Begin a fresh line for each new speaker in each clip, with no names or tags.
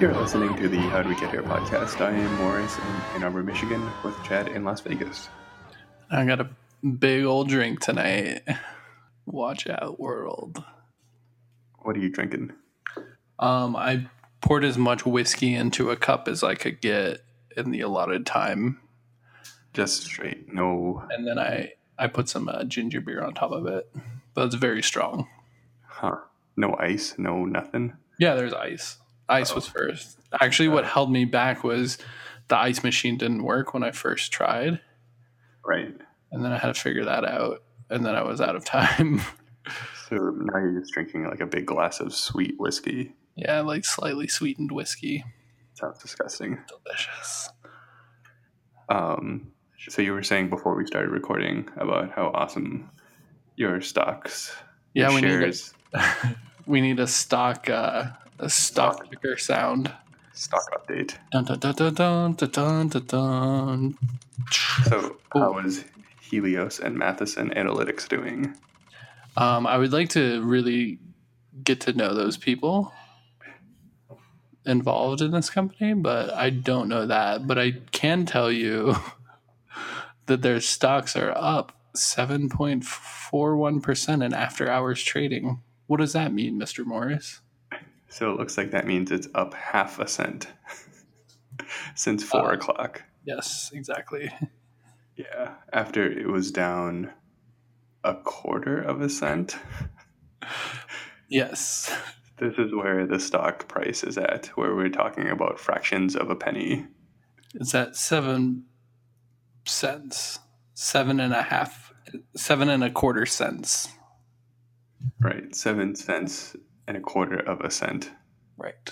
You're listening to the How Did We Get Here podcast. I am Morris in Ann Arbor, Michigan, with Chad in Las Vegas.
I got a big old drink tonight. Watch out, world.
What are you drinking?
Um, I poured as much whiskey into a cup as I could get in the allotted time,
Just straight, no,
and then I I put some uh, ginger beer on top of it. But it's very strong.
huh? No ice, no nothing.
Yeah, there's ice. Ice was first. Actually, what held me back was the ice machine didn't work when I first tried,
Right.
and then I had to figure that out, and then I was out of time.
So now you're just drinking like a big glass of sweet whiskey.
yeah, I like slightly sweetened whiskey.
Sounds disgusting.
Delicious.
Um, so you were saying before we started recording about how awesome your stocks,
Yeah,
your
we need to
shares,
we need a stock uh, a stock picker sound.
stock update.
Dun, dun, dun, dun, dun, dun, dun, dun, dun.
So how is Helios and Matheson Analytics doing?
Um, I would like to really get to know those people involved in this company, but I don't know that. But I can tell you that their stocks are up 7.41% in after hours trading. What does that mean, Mr. Morris?
So it looks like that means it's up half a cent since four
Wow.
o'clock.
Yes, exactly.
Yeah, after it was down a quarter of a cent.
Yes.
This is where the stock price is at, where we're talking about fractions of a penny.
It's at seven cents, seven and a half, seven and a quarter cents.
Right, seven cents and a quarter of a cent
Right.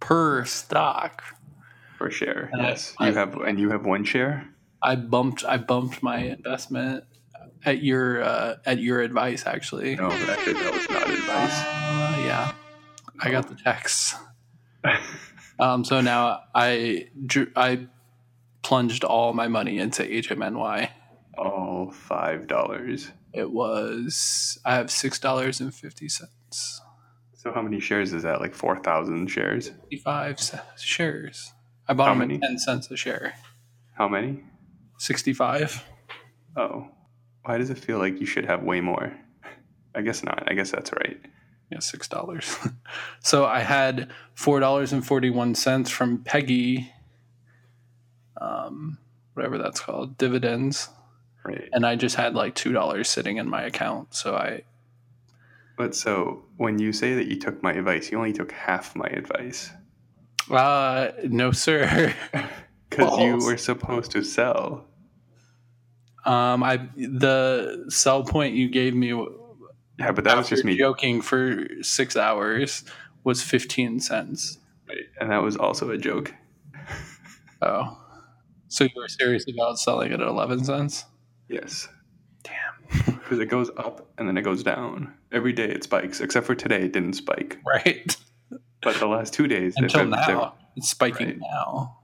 Per stock.
per share.
And I-
yes,
I-
you have, and you have one share.
I bumped, I bumped my investment at your, uh, at your advice, actually.
No, but actually, that was not advice.
Uh, yeah. I got the text. Um, so now I, drew, I plunged all my money into HMNY.
All five dollars.
It was, I have $6.50.
So how many shares is that? Like four thousand shares.
55 c- shares. I bought
How
them
many?
at 10 cents a share.
How many?
65.
Oh, why does it feel like you should have way more? I guess not. I guess that's right.
Yeah, $6. so I had $4.41 from Peggy, um, whatever that's called, dividends.
Right.
And I just had like $2 sitting in my account. So I,
But so when you say that you took my advice, you only took half my advice
uh, no, sir.
because you
Balls.
were supposed to sell.
Um, I, the sell point you gave me w-
Yeah, but that was just
after
me,
joking for six hours was 15 cents.
and that was also a joke.
Oh. So you were serious about selling it at 11 cents?
Yes. Damn. Because it goes up and then it goes down every day. It spikes, except for today, it didn't spike.
Right.
But the last two days, they've
Until
been- they've-
now. It's spiking
Right.
now.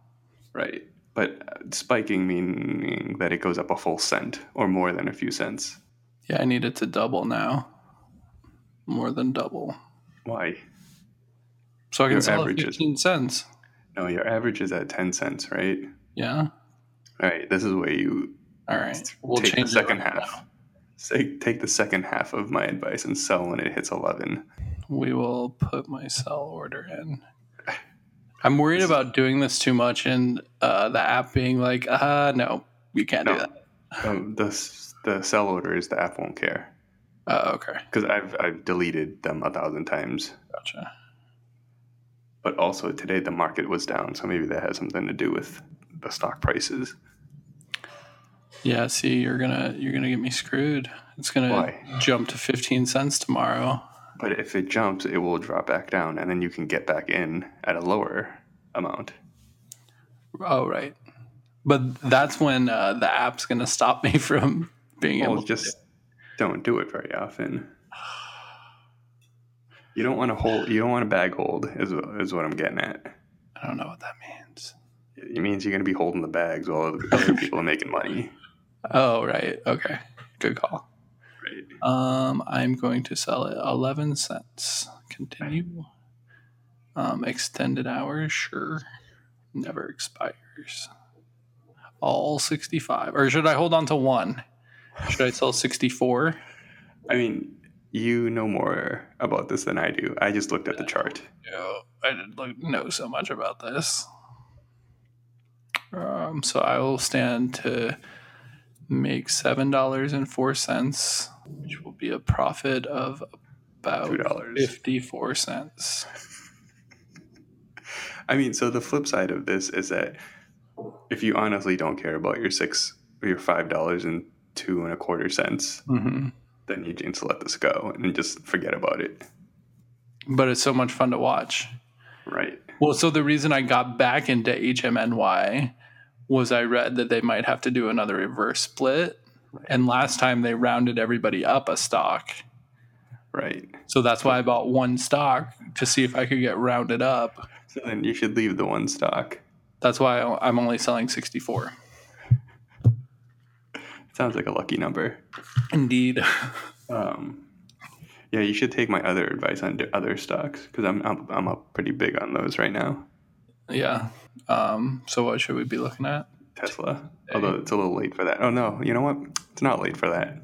Right. But uh, spiking meaning that it goes up a full cent or more than a few cents.
Yeah, I need it to double now. More than double.
Why?
So I can
Your
sell it
average is-
15 cents.
No, your average is at 10 cents, right?
Yeah.
All right, this is where you
All right. We'll
take the
change
second
it right
half. Say, take the second half of my advice and sell when it hits 11.
now. We will put my sell order in. I'm worried about doing this too much and uh, the app being like, uh, no, you can't do
No.
that.
Um, the, s- the sell order is the app won't care
Oh, okay.
because I've, I've deleted them a thousand times.
Gotcha.
But also today the market was down, so maybe that has something to do with the stock prices.
Yeah, see, you're gonna you're gonna get me screwed. It's gonna
Why?
jump to fifteen cents tomorrow.
But if it jumps, it will drop back down, and then you can get back in at a lower amount.
Oh, right. But that's when uh, the app's gonna stop me from being
Well,
able.
Oh, just don't do it very often. You don't want to hold. You don't want to bag hold. Is is what I'm getting at.
I don't know what that means.
It means you're going to be holding the bags while other- other people are making money.
Oh, right. Okay. Good call.
Right.
Um, I'm going to sell it eleven cents. Continue. Um, extended hours, sure. Never expires. All 65. Or should I hold on to one? Should I sell 64?
I mean, you know more about this than I do. I just looked at the chart.
No, I didn't look, know so much about this. Um, so I will stand to make seven dollars and four cents, which will be a profit of about
$2.
fifty-four cents.
I mean, so the flip side of this is that if you honestly don't care about your six or your five dollars and two and a quarter cents,
hmm
then you need to let this go and just forget about it.
But it's so much fun to watch.
Right.
Well, so the reason I got back into HMNY was I read that they might have to do another reverse split. And last time they rounded everybody up a stock.
Right.
So that's why I bought one stock to see if I could get rounded up.
So then you should leave the one stock.
That's why I- I'm only selling 64.
Sounds like a lucky number.
Indeed.
Um, yeah, you should take my other advice on d- other stocks because I'm, I'm I'm up pretty big on those right now.
yeah. Um, so what should we be looking at?
Tesla, although it's a little late for that. Oh no, you know what? It's not late for that.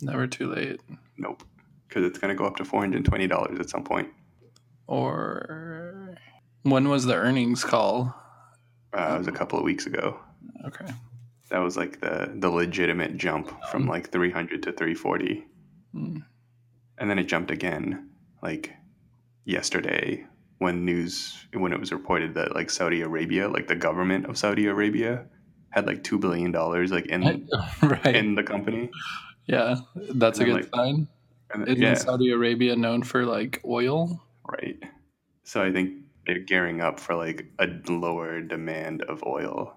Never too late.
Nope, because it's gonna go up to four hundred twenty dollars at some point.
Or when was the earnings call?
Uh, it was a couple of weeks ago.
Okay.
That was like the the legitimate jump from like three hundred to three forty,
Mm.
and then it jumped again like yesterday when news when it was reported that like Saudi Arabia, like the government of Saudi Arabia, had like two billion dollars like in
right.
in the company.
yeah. That's a
And then,
good sign.
And,
Isn't
yeah,
Saudi Arabia known for like oil?
right. So I think they're gearing up for like a lower demand of oil.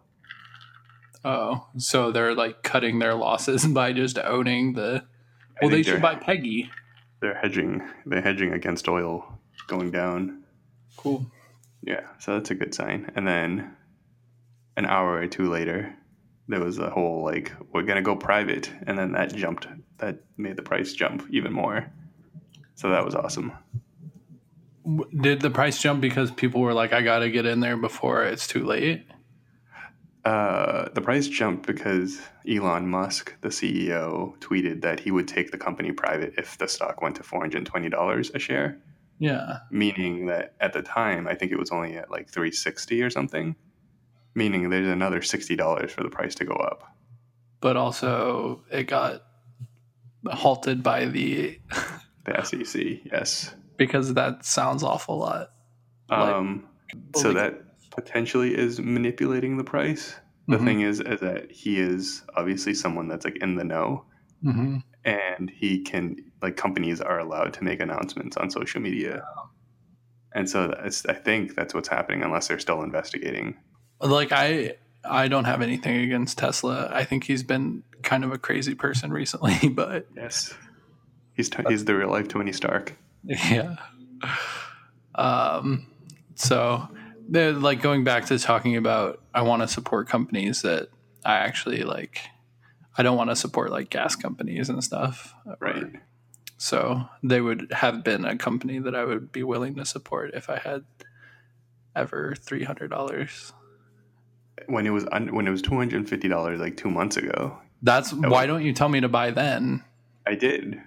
Oh, so they're like cutting their losses by just owning the.
I
Well, they
think
should
they're-
buy Peggy.
They're hedging. They're hedging against oil going down.
Cool.
Yeah, so that's a good sign. And then an hour or two later, there was a whole like we're gonna go private, and then that jumped. That made the price jump even more. So that was awesome.
W- Did the price jump because people were like, "I gotta get in there before it's too late"?
Uh, the price jumped because Elon Musk, the CEO, tweeted that he would take the company private if the stock went to four hundred twenty dollars a share.
Yeah.
Meaning that at the time, I think it was only at like three sixty or something. Meaning there's another sixty dollars for the price to go up.
But also, it got halted by the
The SEC, yes.
because that sounds awful lot. Like-
Um, so
Holy-
that potentially is manipulating the price. The
Mhm.
thing is, is that he is obviously someone that's like in the know,
Mhm.
and he can like companies are allowed to make announcements on social media, and so that's, I think that's what's happening, unless they're still investigating.
Like I, I don't have anything against Tesla. I think he's been kind of a crazy person recently, but
Yes, he's t- he's the real life Tony Stark.
Yeah. Um, so they're like going back to talking about I want to support companies that I actually like. I don't want to support like gas companies and stuff.
Right.
So they would have been a company that I would be willing to support if I had ever three hundred dollars.
When it was un- when it was two hundred and fifty dollars like two months ago,
That's why
was-
don't you tell me to buy then?
I did.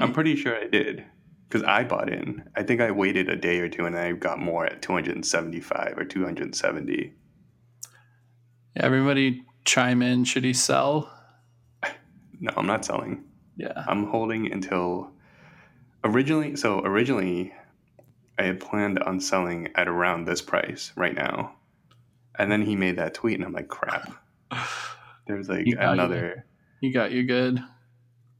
I'm pretty sure I did because I bought in. I think I waited a day or two and I got more at 275 or 270.
Everybody chime in. Should he sell?
No, I'm not selling.
Yeah.
I'm holding until originally. So originally, I had planned on selling at around this price right now, and then he made that tweet, and I'm like, crap. There's like
You got
another
You got you good.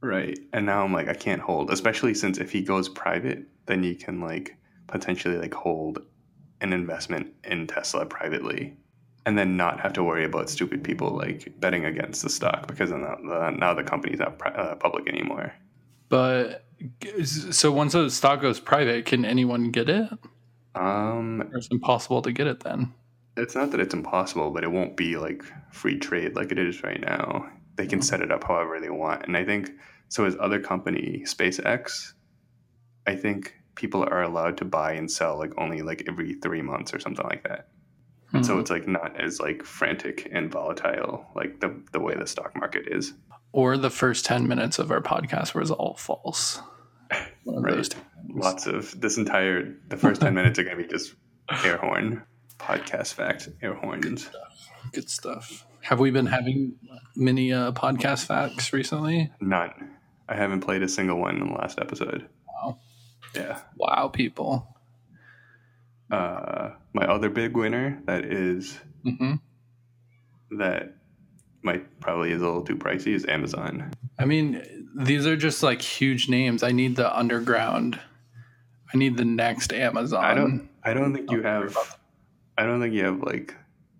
right, and now I'm like, I can't hold, especially since if he goes private, then you can like potentially like hold an investment in Tesla privately. And then not have to worry about stupid people like betting against the stock because now the, now the company's not pri- uh, public anymore.
But so once a stock goes private, can anyone get it?
Um,
Or it's impossible to get it then?
it's not that it's impossible, but it won't be like free trade like it is right now. They can set it up however they want. And I think so his other company, SpaceX, I think people are allowed to buy and sell like only like every three months or something like that.
Hmm.
And
Mm-hmm.
so it's like not as like frantic and volatile like the the way the stock market is.
Or the first 10 minutes of our podcast was all false. One of
Right.
those
Lots of this entire the first ten minutes are gonna be just air horn podcast fact air horns.
good stuff. Have we been having many uh, podcast facts recently?
None. I haven't played a single one in the last episode.
Wow.
Yeah.
Wow, people.
Uh, my other big winner that is
hmm
that might probably is a little too pricey is Amazon.
I mean, these are just like huge names. I need the underground. I need the next Amazon.
I don't. I don't think you have. I don't think you have like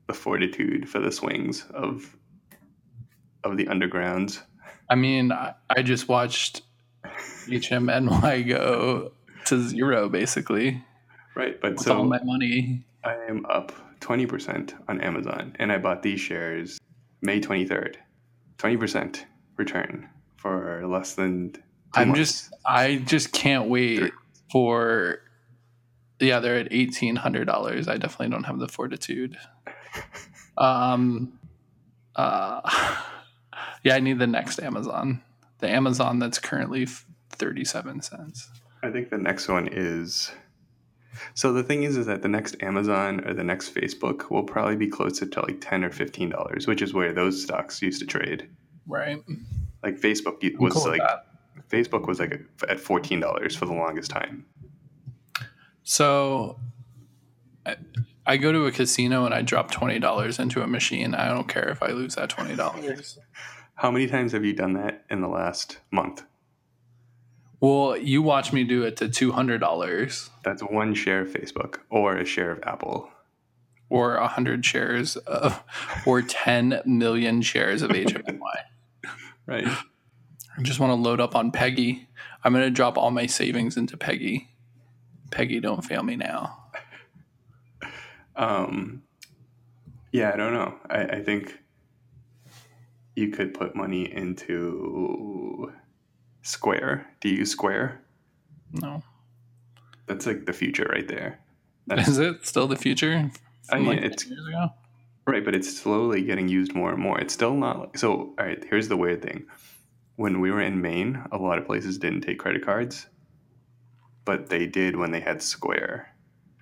the fortitude for the swings of of the undergrounds.
I mean, I, I just watched HMNY go to zero basically
Right, but
with
so
all my money.
I am up twenty percent on Amazon, and I bought these shares May twenty third. Twenty percent return for less than. 2
I'm
months.
just, I just can't wait for. Yeah, they're at eighteen hundred dollars. I definitely don't have the fortitude. Um, uh, yeah, I need the next Amazon, the Amazon that's currently f- thirty-seven cents.
I think the next one is. So the thing is, is that the next Amazon or the next Facebook will probably be closer to like ten or fifteen dollars, which is where those stocks used to trade.
Right? I'm
Like Facebook u- was
cool with
like
that.
Facebook was like a- at fourteen dollars for the longest time.
so. I, I go to a casino and I drop twenty dollars into a machine. I don't care if I lose that twenty dollars.
How many times have you done that in the last month?
Well, you watch me do it to two hundred dollars.
That's one share of Facebook or a share of Apple.
or 100 shares of, or 10 million shares of HMNY.
Right.
I just want to load up on Peggy. I'm going to drop all my savings into Peggy. Peggy, don't fail me now.
Um, yeah, I don't know. I, I think you could put money into Square. Do you use Square?
No.
That's like the future right there. That's,
Is it still the future?
I
From
mean,
like 10
it's
years ago?
right, but it's slowly getting used more and more. It's still not like so. All right, here's the weird thing. When we were in Maine, a lot of places didn't take credit cards, but they did when they had Square,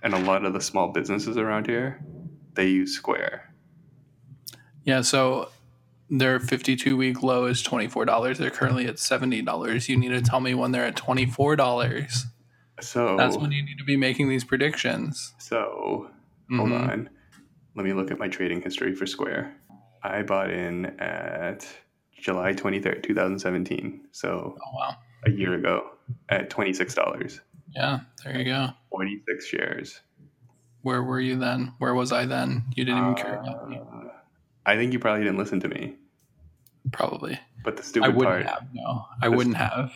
and a lot of the small businesses around here they use Square.
Yeah, so their 52 week low is $24. They're currently at $70. You need to tell me when they're at $24.
So
That's when you need to be making these predictions.
So hold
Mhm.
on. Let me look at my trading history for Square. I bought in at July 23rd, 2017. So
Oh, wow.
a year ago at $26,
Yeah, there you go.
46 shares.
Where were you then? Where was I then? You didn't even care about me.
Uh, I think you probably didn't listen to me,
Probably.
but the
I
stupid part.
wouldn't have. No, I wouldn't have.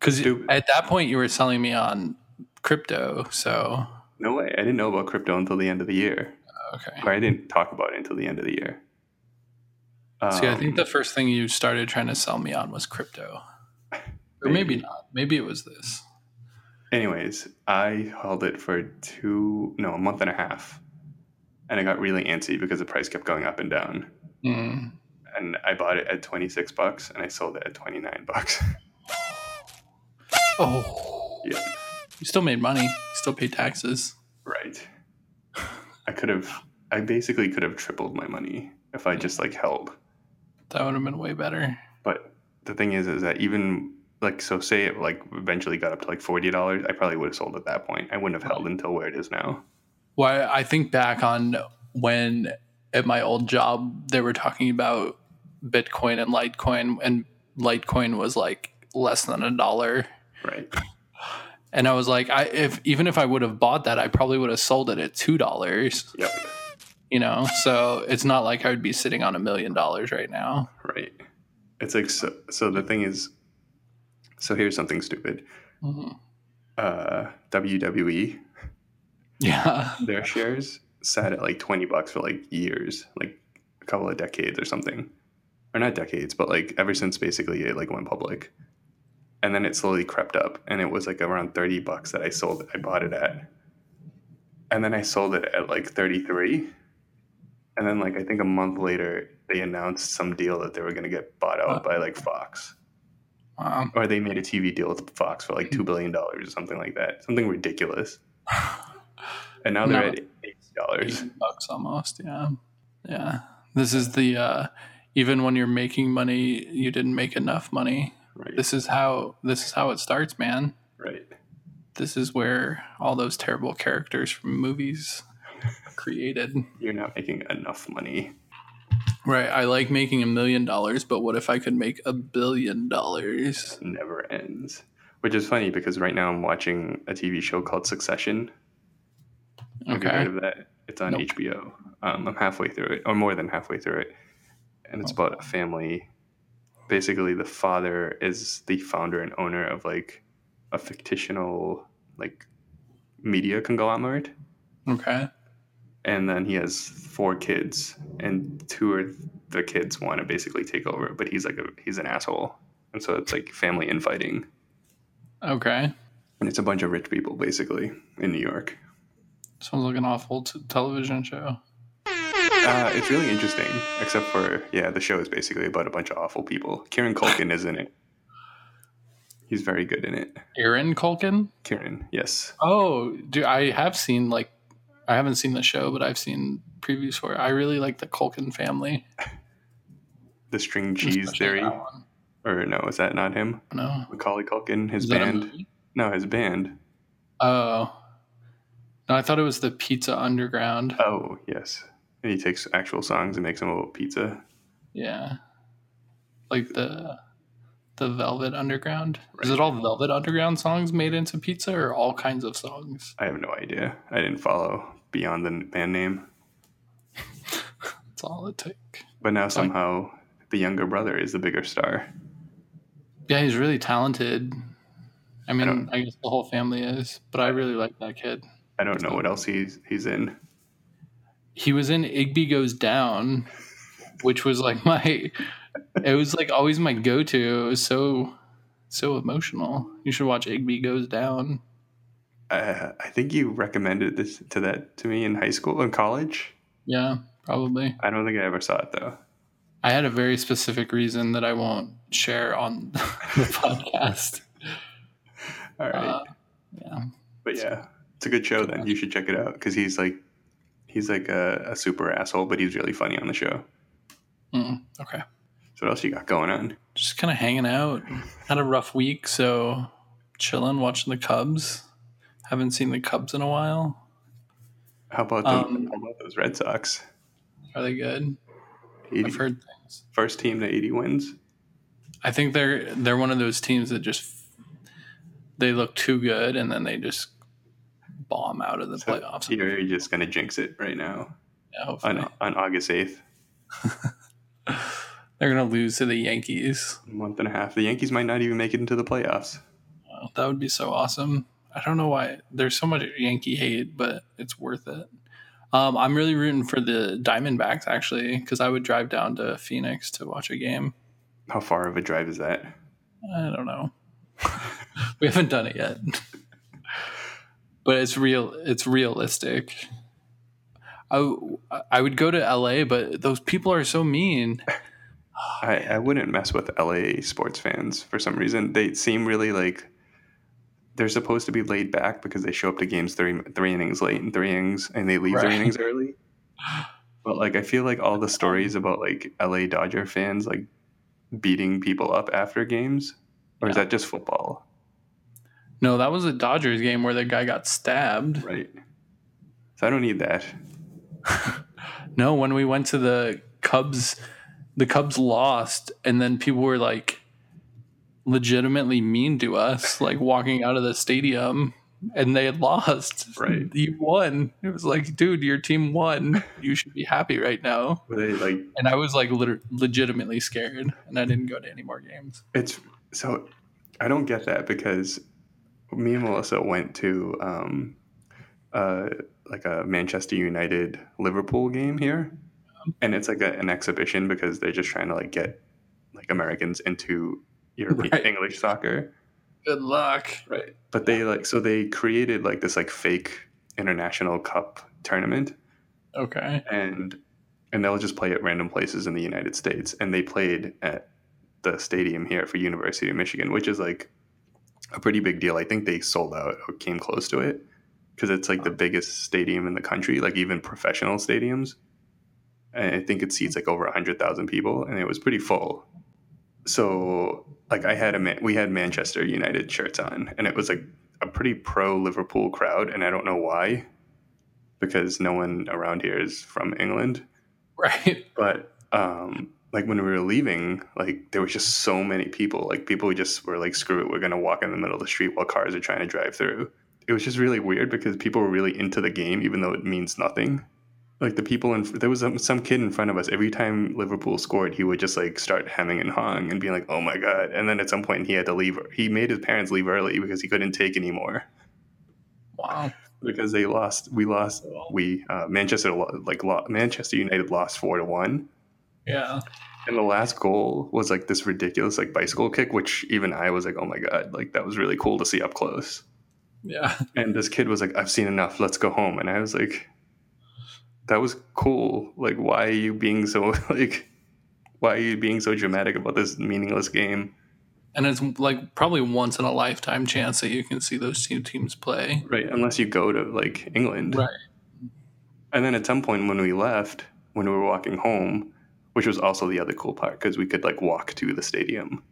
Because
Stupid.
at that point, you were selling me on crypto. So,
No way. I didn't know about crypto until the end of the year.
okay.
Or I didn't talk about it until the end of the year.
See, I
Um,
think the first thing you started trying to sell me on was crypto. Or maybe not. Maybe it was this.
Anyways, I held it for two, no, a month and a half. And I got really antsy because the price kept going up and down.
Hmm.
And I bought it at 26 bucks and I sold it at 29 bucks.
Oh,
yeah,
you still made money, you still paid taxes.
right. I could have, I basically could have tripled my money if I just like held.
That would have been way better.
But the thing is, is that even like, so say it like eventually got up to like $40, I probably would have sold at that point. I wouldn't have held until where it is now.
Well, I think back on when at my old job they were talking about Bitcoin and Litecoin, and Litecoin was like less than a dollar.
Right.
And I was like, I if even if I would have bought that, I probably would have sold it at two dollars.
Yep.
You know, so it's not like I would be sitting on a million dollars right now.
Right. It's like so. So the thing is, so here's something stupid.
Mhm.
Uh, WWE,
Yeah,
their shares sat at like twenty bucks for like years, like a couple of decades or something, or not decades, but like ever since basically it like went public. and then it slowly crept up and it was like around 30 bucks that i sold i bought it at and then i sold it at like 33 and then like i think a month later they announced some deal that they were going to get bought out
Huh.
by like fox
Wow.
or they made a tv deal with fox for like $2 billion or something like that something ridiculous and now they're
No.
at $80
80 bucks almost. Yeah. Yeah. This is the, uh, even when you're making money, you didn't make enough money.
right
This is how, this is how it starts, man.
right
This is where all those terrible characters from movies are created.
you're not making enough money
Right. I like making a million dollars, but what if I could make a billion dollars?
never ends which is funny because right now i'm watching a tv show called succession Have you heard
Okay.
of that? It's on
Nope.
HBO. Um, I'm halfway through it, or more than halfway through it, and
Oh.
it's about a family. Basically, the father is the founder and owner of like a fictional like media conglomerate,
Okay.
and then he has four kids, and two of the kids want to basically take over, but he's like a, he's an asshole, and so it's like family infighting,
Okay.
and it's a bunch of rich people basically in New York.
Sounds like an awful t- television show.
Uh, it's really interesting, except for yeah, the show is basically about a bunch of awful people. Kieran Culkin is in it. He's very good in it.
Aaron Culkin?
Kieran, yes,
Oh, do I have seen like I haven't seen the show, but I've seen previews for it. I really like the Culkin family.
the string cheese
especially
theory,
that one.
or no, is that not him?
No.
Macaulay Culkin, his
Is that a
band.
movie?
No, his band.
Oh. No, I thought it was the Pizza Underground.
Oh yes, and he takes actual songs and makes them about pizza.
Yeah. Like the the Velvet Underground. Is it all Velvet Underground songs made into pizza or all kinds of songs?
I have no idea. I didn't follow beyond the band name,
That's all it took.
but now somehow the younger brother is the bigger star.
Yeah, he's really talented. I mean,
don't-
I, guess the whole family is, but I really like that kid.
I don't
Oh.
know what else he's he's in.
He was in Igby Goes Down, which was like my it was like always my go to. It was so so emotional. You should watch Igby Goes Down.
uh, I think you recommended this to that to me in high school and college.
Yeah, probably.
I don't think I ever saw it though.
I had a very specific reason that I won't share on the podcast.
All right,
Uh, yeah.
but yeah, it's a good show. Then you should check it out because he's like, he's like a, a super asshole, but he's really funny on the show.
Mm, okay.
So what else you got going on?
Just kind of hanging out. Had a rough week, so chilling, watching the Cubs. Haven't seen the Cubs in a while.
How about the,
Um,
how about those Red Sox?
Are they good?
80,
I've heard things.
first team to eighty wins.
I think they're they're one of those teams that just they look too good and then they just bomb out of the
So
playoffs. Yeah,
You're just gonna jinx it right now
hopefully.
on on August eighth,
They're gonna lose to the Yankees.
month and a half. The Yankees might not even make it into the playoffs.
Wow, that would be so awesome. I don't know why there's so much Yankee hate, but it's worth it. Um, I'm really rooting for the Diamondbacks actually, because I would drive down to Phoenix to watch a game.
How far of a drive is that?
I don't know. we haven't done it yet, but it's real. It's realistic. I w- I would go to LA, but those people are so mean.
I, I wouldn't mess with LA sports fans for some reason. They seem really like they're supposed to be laid back because they show up to games three three innings late and three innings and they leave three
Right.
innings early. But like I feel like all the stories about like LA Dodger fans like beating people up after games, or is
Yeah.
that just football?
No, that was a Dodgers game where the guy got stabbed.
Right. So I don't need that.
No, when we went to the Cubs, the Cubs lost, and then people were like legitimately mean to us, like walking out of the stadium and they had lost.
Right.
You won. It was like, dude, your team won. You should be happy right now.
Were they like
And I was like liter- legitimately scared, and I didn't go to any more games.
It's so I don't get that because me and Melissa went to um, uh, like a Manchester United Liverpool game here, and it's like a, an exhibition because they're just trying to like get like Americans into European
Right.
English soccer.
Good luck.
Right. But they like so they created like this like fake international cup tournament
Okay.
and and they'll just play at random places in the United States. And they played at the stadium here for University of Michigan, which is like a pretty big deal. I think they sold out or came close to it because it's like the biggest stadium in the country, like even professional stadiums. And I think it seats like over hundred thousand people, and it was pretty full. So like I had a Man- we had Manchester United shirts on, and it was like a pretty pro Liverpool crowd, and I don't know why because no one around here is from England.
Right.
But um, like when we were leaving, like there was just so many people. Like people just were like, "Screw it, we're gonna walk in the middle of the street while cars are trying to drive through." It was just really weird because people were really into the game, even though it means nothing. Like the people in there was some, some kid in front of us. Every time Liverpool scored, he would just like start hemming and hawing and being like, "Oh my god!" And then at some point, he had to leave. He made his parents leave early because he couldn't take anymore
Wow.
because they lost. We lost. We uh, Manchester lo- like lo- Manchester United lost four to one,
Yeah.
and the last goal was like this ridiculous like bicycle kick, which even I was like, oh my god, like that was really cool to see up close.
Yeah.
And this kid was like, I've seen enough. Let's go home. And I was like, that was cool. Like, why are you being so like? Why are you being so dramatic about this meaningless game?
And it's like probably once in a lifetime chance that you can see those two teams play.
Right, unless you go to like England.
Right.
And then at some point when we left, when we were walking home, which was also the other cool part because we could like walk to the stadium.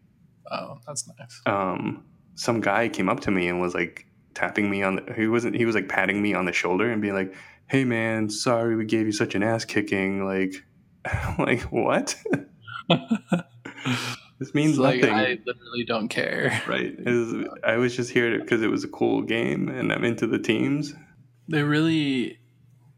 Oh, that's nice.
Um, some guy came up to me and was like tapping me on the he wasn't he was like patting me on the shoulder and being like, "Hey man, sorry we gave you such an ass kicking." Like I'm like, "What?" this means
It's like
nothing.
I literally don't care.
Right. It was- I was just here because it was a cool game and I'm into the teams.
They really.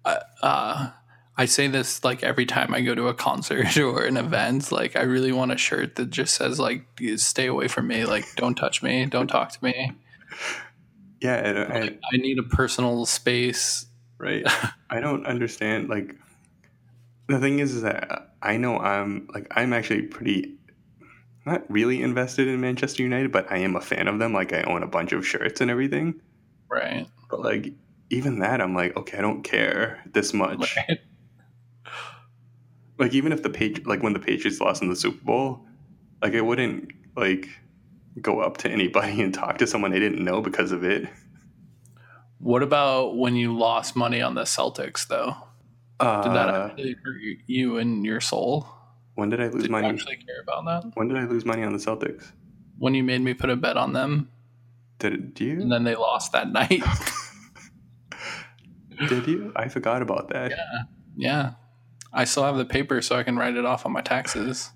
Uh, uh, I say this like every time I go to a concert or an event. Like I really want a shirt that just says like "Stay away from me," like "Don't touch me," "Don't talk to me."
Yeah, and I,
Like, I need a personal space.
right i don't understand like the thing is, is that i know i'm like i'm actually pretty not really invested in manchester united but i am a fan of them like i own a bunch of shirts and everything
Right.
but like even that i'm like okay i don't care this much
Right.
like even if the page like when the patriots lost in the super bowl like i wouldn't like go up to anybody and talk to someone i didn't know because of it
What about when you lost money on the Celtics, though?
uh,
Did that really hurt you- you and your soul?
when did i lose
Did you
money
actually care about that?
when did i lose money on the celtics
When you made me put a bet on them,
did it, do you
and then they lost that night.
Did you? I forgot about that.
yeah, I still have the paper, so I can write it off on my taxes.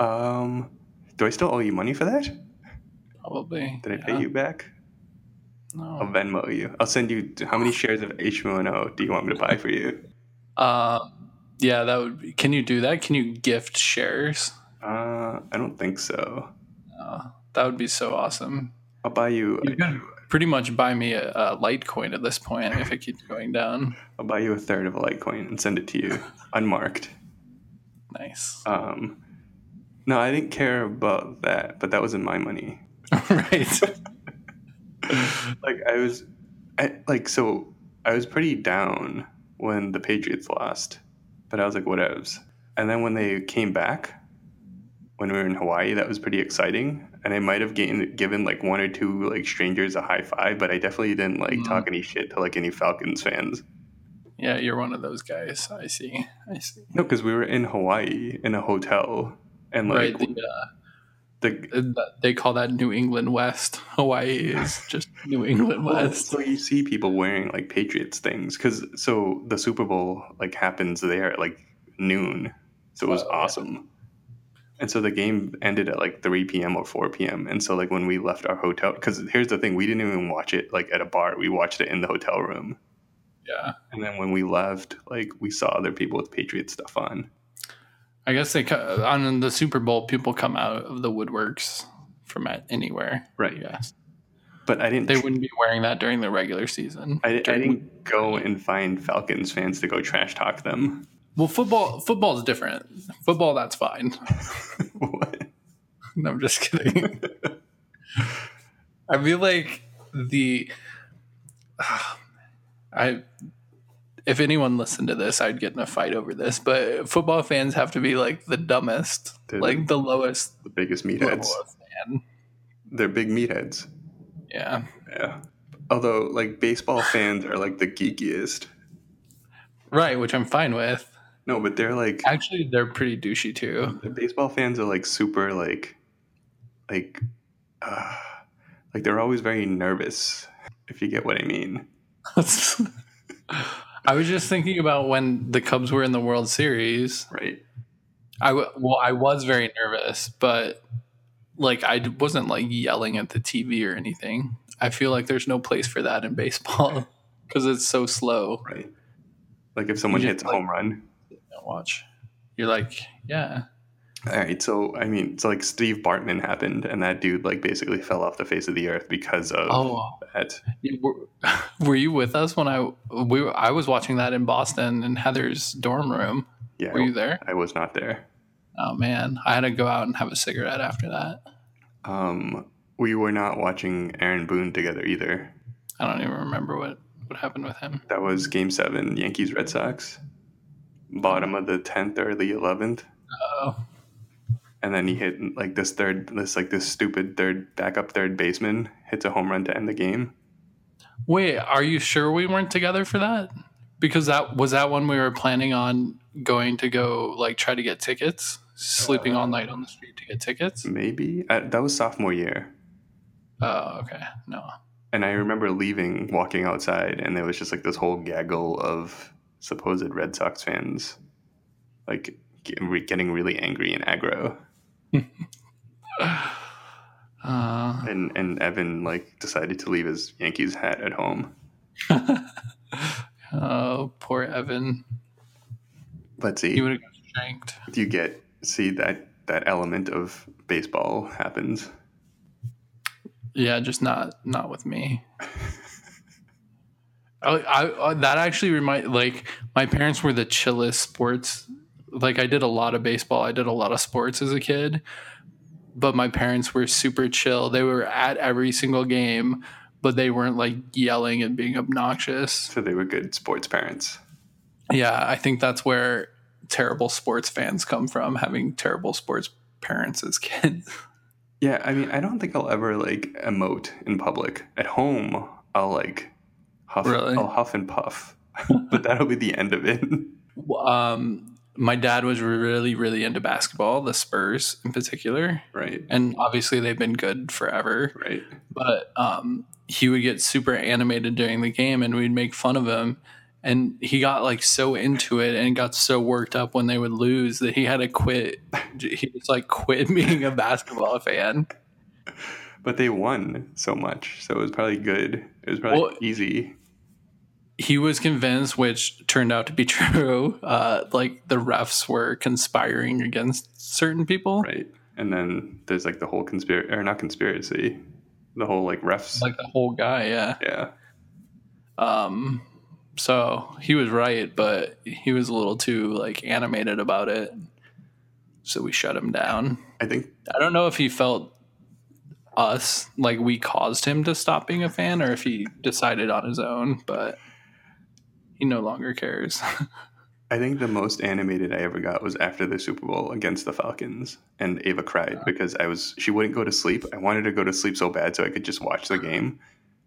Um, do I still owe you money for that?
Probably.
Did I
Yeah.
pay you Oh, back? I'll
No.
Venmo you. I'll send you how many shares of HMO do you want me to buy for you?
Uh, yeah, that would. Be, can you do that? Can you gift shares?
Uh, I don't think so.
Uh, that would be so awesome.
I'll buy you.
You could pretty much buy me a, a Litecoin at this point if it keeps going down.
I'll buy you a third of a Litecoin and send it to you unmarked.
Nice.
Um, no, I didn't care about that, but that wasn't my money.
right.
like I was, I, like so I was pretty down when the Patriots lost, but I was like whatevs. And then when they came back, when we were in Hawaii, that was pretty exciting. And I might have gained, given like one or two like strangers a high five, but I definitely didn't like
Mhm.
talk any shit to like any Falcons fans.
Yeah, you're one of those guys. I see. I see.
No, because we were in Hawaii in a hotel, and like
right. The, uh,
the
the- they call that New England West. Hawaii is just New England
Well,
West.
so you see people wearing like Patriots things because so the Super Bowl like happens there at like noon, so it was
Oh, yeah.
awesome. And so the game ended at like 3 p.m. or 4 p.m. And so like when we left our hotel, because here's the thing, we didn't even watch it like at a bar. We watched it in the hotel room.
Yeah.
And then when we left, like we saw other people with Patriot stuff on.
I guess they co- on the Super Bowl people come out of the woodworks from at anywhere.
Right.
Yes.
But I didn't.
They wouldn't be wearing that during the regular season.
I, I
During-
didn't go and find Falcons fans to go trash talk them.
Well, football football's different. Football that's fine.
what?
No, I'm just kidding. I feel like the I if anyone listened to this, I'd get in a fight over this. But football fans have to be like the dumbest,
They're
like the lowest
the biggest
level
meatheads.
of fan.
They're big meatheads.
Yeah.
Yeah. Although, like, baseball fans are like the geekiest.
Right, which I'm fine with.
No, but they're like
Actually, they're pretty douchey too.
the baseball fans are like super like, like, uh, like they're always very nervous. If you get what I mean.
I was just thinking about when the Cubs were in the World Series.
Right.
I w- well, I was very nervous, but like I d- wasn't like yelling at the TV or anything. I feel like there's no place for that in baseball because it's so slow.
Right. Like if someone
just,
hits a
like-
home run.
to Watch, you're like, yeah,
All right. So I mean, it's like Steve Bartman happened, and that dude like basically fell off the face of the earth because of
oh,
that.
you were, were you with us when I we were, I was watching that in Boston in Heather's dorm room?
Yeah.
Were you there?
I was not there.
Oh man, I had to go out and have a cigarette after that.
Um, we were not watching Aaron Boone together either.
I don't even remember what what happened with him.
That was Game Seven, Yankees Red Sox, bottom of the tenth or the eleventh,
Oh,
and then he hit like this third, this like this stupid third backup third baseman hits a home run to end the game.
wait, are you sure we weren't together for that? Because that was that when we were planning on going to go like try to get tickets, sleeping all night on the street to get tickets.
Maybe uh, that was sophomore year,
Oh, okay, no,
and I remember leaving, walking outside, and there was just like this whole gaggle of supposed Red Sox fans, like get- re- getting really angry and aggro.
uh,
And and Evan like decided to leave his Yankees hat at home.
oh, poor Evan,
Let's see.
he would have got shanked.
you get see that that element of baseball happens
Yeah, just not not with me. Oh, I, I, I that actually remind like my parents were the chillest sports. Like I did a lot of baseball. I did a lot of sports as a kid, but my parents were super chill. They were at every single game, but they weren't like yelling and being obnoxious.
so they were good sports parents
Yeah, I think that's where terrible sports fans come from, having terrible sports parents as kids.
yeah i mean i don't think i'll ever like emote in public at home i'll like huff
Really?
i'll huff and puff but that'll be the end of it
um, my dad was really, really into basketball, the Spurs in particular.
right
And obviously, they've been good forever.
right
But um, he would get super animated during the game and we'd make fun of him. And he got like so into it and got so worked up when they would lose that he had to quit. He just like quit being a basketball fan.
but they won so much so it was probably good it was probably
Well-
easy
he was convinced, which turned out to be true, uh, like the refs were conspiring against certain people.
right and then there's like the whole conspiracy or not conspiracy the whole like refs
Like the whole guy, yeah.
yeah
Um, so he was right, but he was a little too like animated about it. So we shut him down.
i think
I don't know if he felt us like we caused him to stop being a fan or if he decided on his own, but he no longer cares.
I think the most animated I ever got was after the Super Bowl against the Falcons, and Ava cried because I was she wouldn't go to sleep. I wanted to go to sleep so bad so I could just watch the game,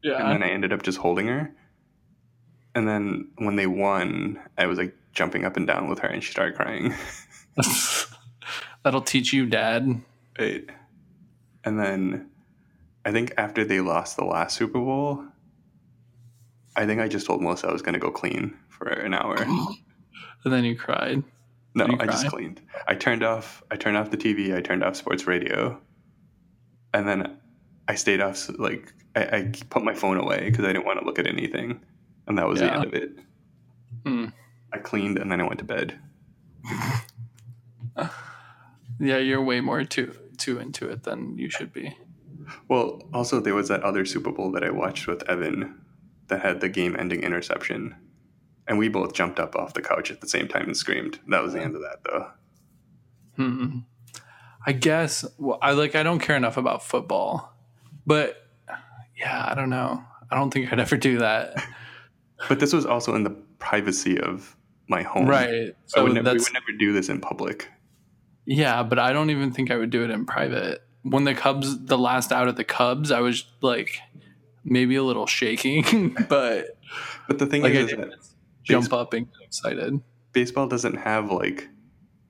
and
yeah.
then I ended up just holding her. And then when they won, I was like jumping up and down with her, and she started crying.
That'll teach you, dad.
Right. And then I think after they lost the last Super Bowl, I think I just told Melissa I was going to go clean for an hour.
And then you cried.
No,
Did you
I just
cry?
cleaned. I turned off. I turned off the TV. I turned off sports radio, and then I stayed off. Like I, I put my phone away because I didn't want to look at anything, and that was the
Yeah.
end of it.
Hmm.
I cleaned and then I went to bed.
Yeah, you're way more too too into it than you should be.
Well, also there was that other Super Bowl that I watched with Evan, that had the game-ending interception, and we both jumped up off the couch at the same time and screamed. That was the end of that, though.
Hmm. I guess well, I like I don't care enough about football, but yeah, I don't know. I don't think I'd ever do that.
But this was also in the privacy of my home.
right.
So
So
we would
that's
never do this in public.
yeah, but I don't even think I would do it in private. When the Cubs, the last out of the Cubs, I was like maybe a little shaking, but
But the thing
like I
is, is
didn't
that
jump up and get excited.
baseball doesn't have like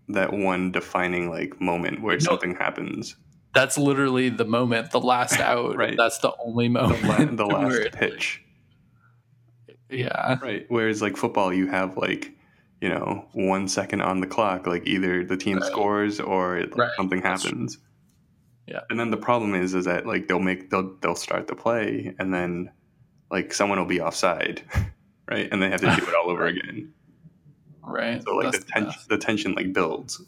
that one defining like moment where something happens.
That's literally the moment, the last out.
Right.
That's the only
The,
moment.
la- the
where
last
it-
pitch.
yeah.
Right. Whereas like football, you have like, you know, one second on the clock. Like either the team
Right.
scores or like,
Right.
something
That's true.
happens.
Yeah.
And then the problem is, is that like they'll make they'll they'll start the play and then like someone will be offside, right? And they have to do it all over again.
Right.
So like
That's
the tension the tension like builds,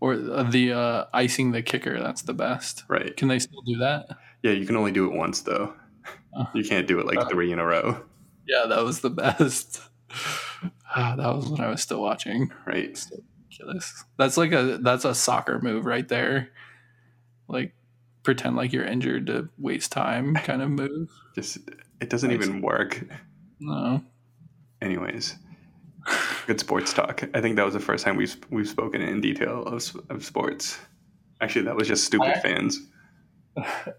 Or uh, the uh, icing the kicker. That's the best.
right?
Can they still do that?
Yeah, you can only do it once though.
Uh.
You can't do it like
Uh.
three in a row,
Yeah, that was the best. Ah, that was when I was still watching.
right?
Ridiculous. That's like a that's a soccer move right there. Like pretend like you're injured to waste time kind of move.
Just it doesn't
Nice.
even work.
No.
Anyways, good sports talk. I think that was the first time we've we've spoken in detail of s- of sports. Actually, that was just stupid
I-
fans.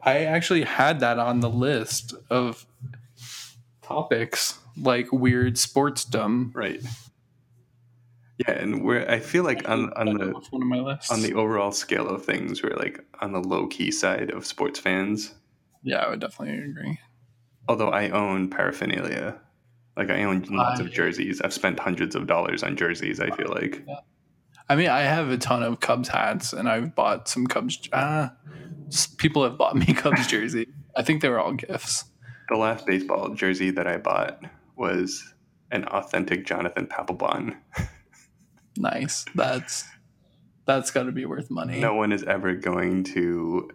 I actually had that on the list of topics like weird sportsdom.
Right. Yeah, and we're I feel like on
I
on
don't know
the
which one of my lists.
on the overall scale of things, we're like on the low key side of sports fans.
yeah, I would definitely agree.
Although I own paraphernalia. Like I own lots
I-
of jerseys. I've spent hundreds of dollars on jerseys, I feel like.
I mean, I have a ton of Cubs hats, and I've bought some Cubs. Uh, people have bought me Cubs jersey. I think they were all gifts.
The last baseball jersey that I bought was an authentic Jonathan Papelbon.
Nice. That's that's got to be worth money.
No one is ever going to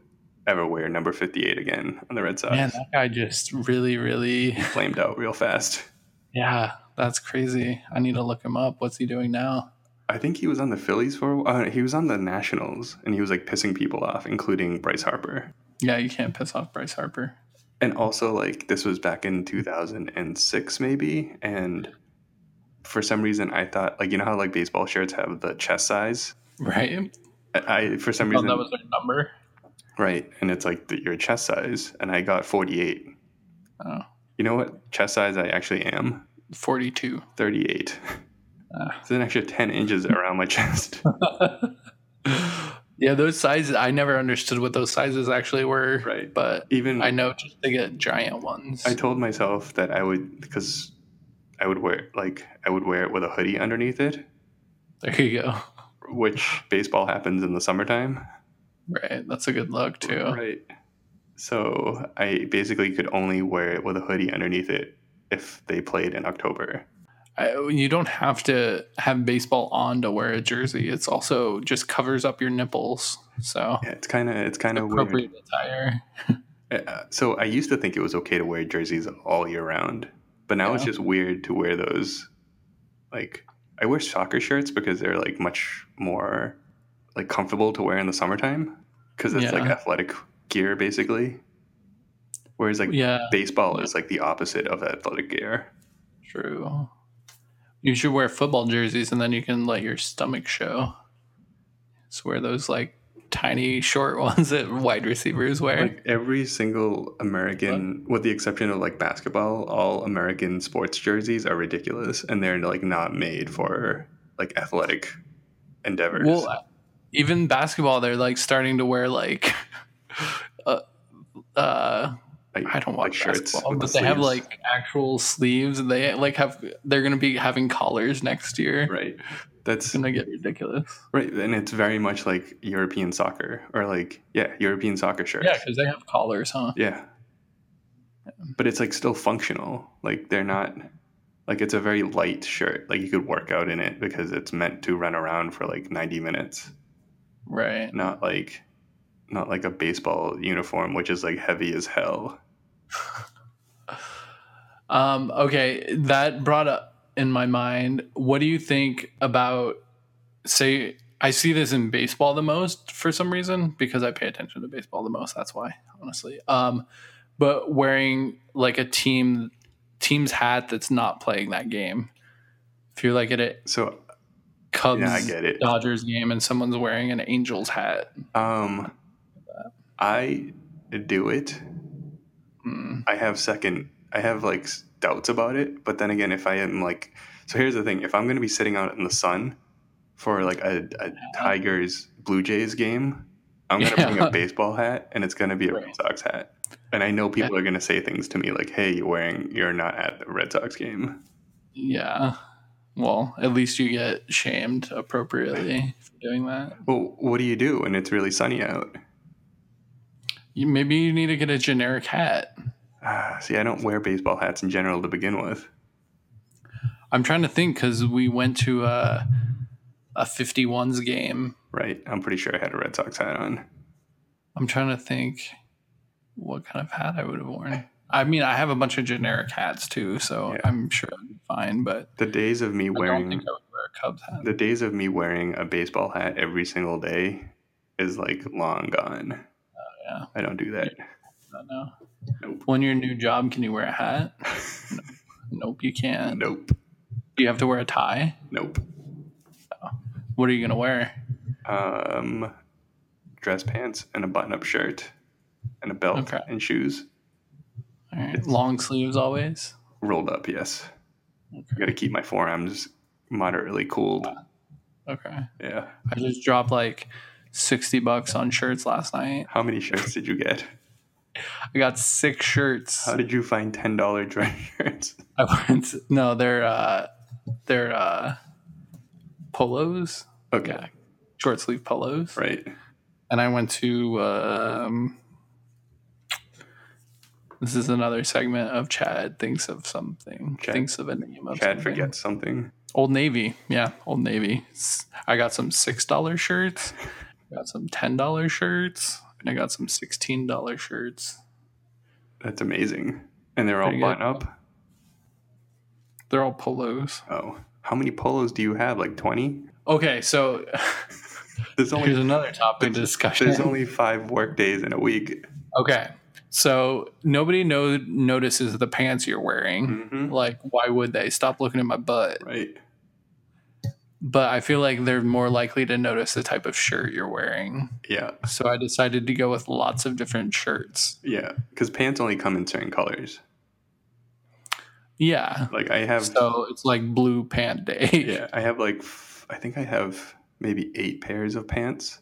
ever wear number 58 again on the Red Sox.
man, that guy just really, really.
Flamed out real fast.
Yeah, that's crazy. I need to look him up. What's he doing now?
I think he was on the Phillies for a while. Uh, he was on the Nationals and he was like pissing people off, including Bryce Harper.
Yeah, you can't piss off Bryce Harper.
And also, like, this was back in 2006, maybe. And for some reason, I thought, like, you know how, like, baseball shirts have the chest size?
Right.
I, I- for some
Oh,
reason,
that was their number.
right. And it's like the, your chest size. And I got 48.
Oh,
You know what chest size I actually am?
42.
38.
Ah.
It's an extra 10 inches around my chest.
yeah, those sizes. I never understood what those sizes actually were.
Right.
But
Even
I know just they get giant ones.
I told myself that I would because I would wear like I would wear it with a hoodie underneath it,
There you go.
which baseball happens in the summertime.
Right. That's a good look too.
Right. So I basically could only wear it with a hoodie underneath it if they played in October.
I, you don't have to have baseball on to wear a jersey. It's also just covers up your nipples. So
Yeah, it's kind of it's kind of weird.
appropriate attire.
Uh, So I used to think it was okay to wear jerseys all year round, but now it's
Yeah.
just weird to wear those. Like I wear soccer shirts because they're like much more like comfortable to wear in the summertime because it's like
Yeah.
athletic gear basically. Whereas like
Yeah,
baseball is like the opposite of athletic gear.
true. You should wear football jerseys, and then you can let your stomach show. Just wear those like tiny short ones that wide receivers wear.
Like every single American, with the exception of like basketball, all American sports jerseys are ridiculous, and they're like not made for like athletic endeavors.
Well, uh, even basketball, they're like starting to wear like, uh, uh,
like,
I don't
like
watch
shirts
basketball,
with
but
the
they have
sleeves.
like actual sleeves. And they like have they're gonna be having collars next year.
right.
It's
That's
gonna get ridiculous.
right, and it's very much like European soccer or like yeah, European soccer shirts.
Yeah, because they have collars, huh?
Yeah. But it's like still functional. Like they're not like it's a very light shirt. Like you could work out in it because it's meant to run around for like 90 minutes.
Right.
Not like not like a baseball uniform which is like heavy as hell.
Um, okay, that brought up in my mind. What do you think about say? I see this in baseball the most for some reason because I pay attention to baseball the most. That's why, honestly. Um, but wearing like a team team's hat that's not playing that game. If you're like at a
So
Cubs
yeah, I get it.
Dodgers game and someone's wearing an Angels hat,
Um, I do it.
mm,
I have second. I have like s- doubts about it. But then again, if I am like, so here's the thing: if I'm going to be sitting out in the sun for like a, a Tigers Blue Jays game, I'm going to bring
Yeah.
a baseball hat, and it's going to be a
Right.
Red Sox hat. And I know people are going to say things to me like, "Hey, you're wearing. You're not at the Red Sox game."
yeah. Well, at least you get shamed appropriately for doing that.
Well, what do you do when it's really sunny out?
You, maybe you need to get a generic hat.
Ah, see, I don't wear baseball hats in general to begin with.
I'm trying to think because we went to a, a 51s game.
Right? I'm pretty sure I had a Red Sox hat on.
I'm trying to think what kind of hat I would have worn. I mean, I have a bunch of generic hats too, so
Yeah.
I'm sure I'd be fine, but
The days of me
I don't
wearing
think I would wear a Cubs hat.
the days of me wearing a baseball hat every single day is like long gone.
Oh, yeah.
I don't do that.
I don't know.
Nope.
When your new job, can you wear a hat? No. nope, you can't.
Nope.
Do you have to wear a tie?
Nope.
What are you
Mm-hmm.
gonna wear?
Um, dress pants and a button-up shirt and a belt
Okay.
and shoes
All right. Long sleeves always.
rolled up. Yes. I got to keep my forearms moderately cooled.
Okay.
Yeah.
I just dropped like sixty bucks on shirts last night.
How many shirts did you get?
I got six shirts.
How did you find ten dollar dress shirts?
I went no, they're uh they're uh polos.
Okay.
Yeah. Short sleeve polos.
Right.
and I went to um, this is another segment of Chad thinks of something,
Chad-
thinks of a name of
Chad
something.
forgets something.
Old Navy, yeah, Old Navy. S- I got some six dollar shirts, I got some ten dollar shirts, and I got some sixteen dollar shirts.
That's amazing. And they're all
Pretty good.
button up.
They're all polos.
Oh, how many polos do you have? Like twenty?
Okay, so
There's only
here's another topic of discussion.
There's only five work days in a week.
okay, so nobody know- notices the pants you're wearing.
Mm-hmm.
Like, why would they? Stop looking at my butt.
Right.
but I feel like they're more likely to notice the type of shirt you're wearing.
Yeah.
So I decided to go with lots of different shirts.
Yeah. Because pants only come in certain colors.
Yeah.
Like I have.
So it's like blue pant day.
Um, yeah. I have like. f- I think I have maybe eight pairs of pants,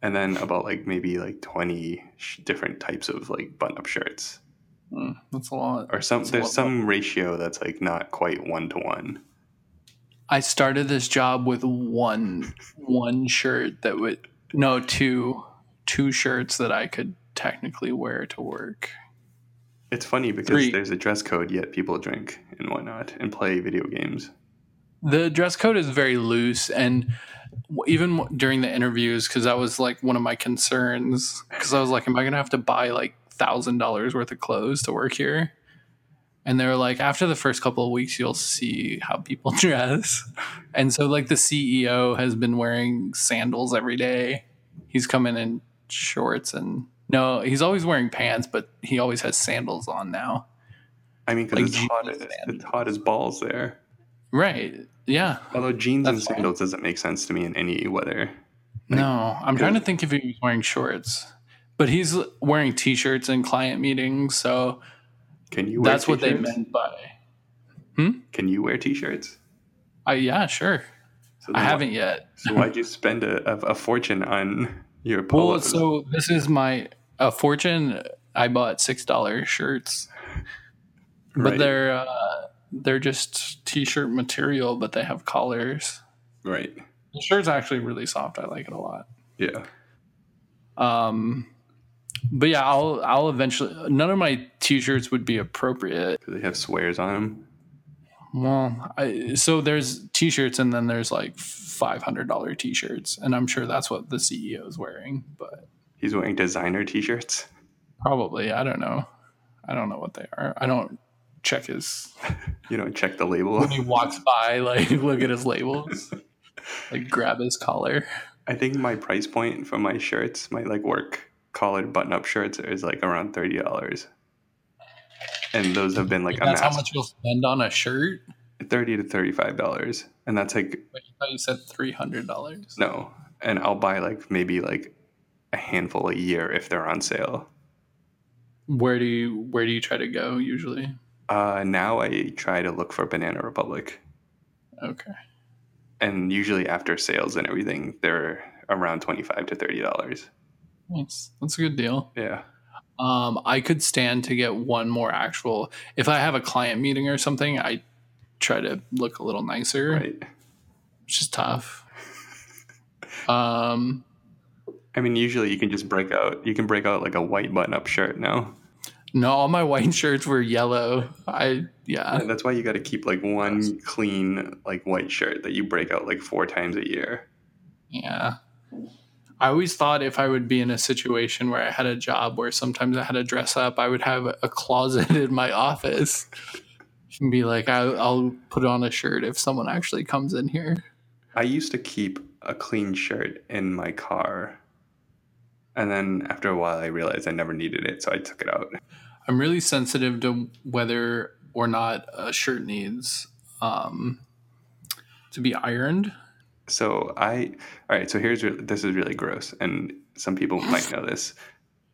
and then about like maybe like twenty sh- different types of like button-up shirts,
Mm, that's a lot.
or some.
That's a
There's
lot.
some ratio that's like not quite one to one.
I started this job with one one shirt that would no two two shirts that I could technically wear to work.
It's funny because
Three.
there's a dress code, yet people drink and whatnot and play video games.
The dress code is very loose, and w- even w- during the interviews, because that was like one of my concerns, because I was like, "Am I going to have to buy like thousand dollars worth of clothes to work here?" And they were like, "After the first couple of weeks, you'll see how people dress." And so, like the CEO has been wearing sandals every day. He's coming in shorts and no, he's always wearing pants, but he always has sandals on now.
I mean,
Like
because it's, hot,
jeans
as-
and-
it's hot as balls there.
Right? Yeah.
Although jeans and
That's fine.
sandals doesn't make sense to me in any weather. Like,
No, I'm
good.
trying to think if he was wearing shorts, but he's wearing t-shirts in client meetings, so
Can you? Wear
that's what they
t-shirts?
meant by.
Can you wear t-shirts?
I yeah, sure.
So
I
then why-
haven't yet.
so why'd you spend a, a, a fortune on your
Well,
polos?
Oh, so this is my a fortune. I bought six dollar shirts, but
Right.
they're uh, they're just t-shirt material, but they have collars.
right?
The shirt's actually really soft. I like it a lot.
Yeah.
Um, but yeah, I'll I'll eventually. None of my t-shirts would be appropriate.
Do they have swears on them?
Well, I, so there's t-shirts and then there's like $500 t-shirts and I'm sure that's what the CEO is wearing, but
He's wearing designer t-shirts.
probably, I don't know. I don't know what they are. I don't check his
You don't check the label.
he walks by like look at his labels. Like grab his collar.
I think my price point for my shirts, my like work collared button-up shirts, is like around thirty dollars. and those have been like
that's how
amassed
much you'll spend on a shirt.
thirty to thirty-five dollars, and that's like
Wait, I thought you said three hundred dollars.
no. And I'll buy like maybe like a handful a year if they're on sale.
Where do you where do you try to go usually?
Uh, now I try to look for Banana Republic,
Okay.
and usually after sales and everything, they're around twenty-five to thirty dollars.
That's that's a good deal.
Yeah,
Um, I could stand to get one more actual. If I have a client meeting or something, I try to look a little nicer,
right.
which is tough. um,
I mean, usually you can just break out. You can break out like a white button-up shirt now.
no, all my white shirts were yellow. I yeah,
And that's why you got to keep like one clean like white shirt that you break out like four times a year.
yeah. I always thought if I would be in a situation where I had a job where sometimes I had to dress up, I would have a closet in my office and be like, I, I'll put on a shirt if someone actually comes in here.
I used to keep a clean shirt in my car. And then after a while, I realized I never needed it, so I took it out.
I'm really sensitive to whether or not a shirt needs um, to be ironed.
So I, all right. So here's re- this is really gross, and some people might know this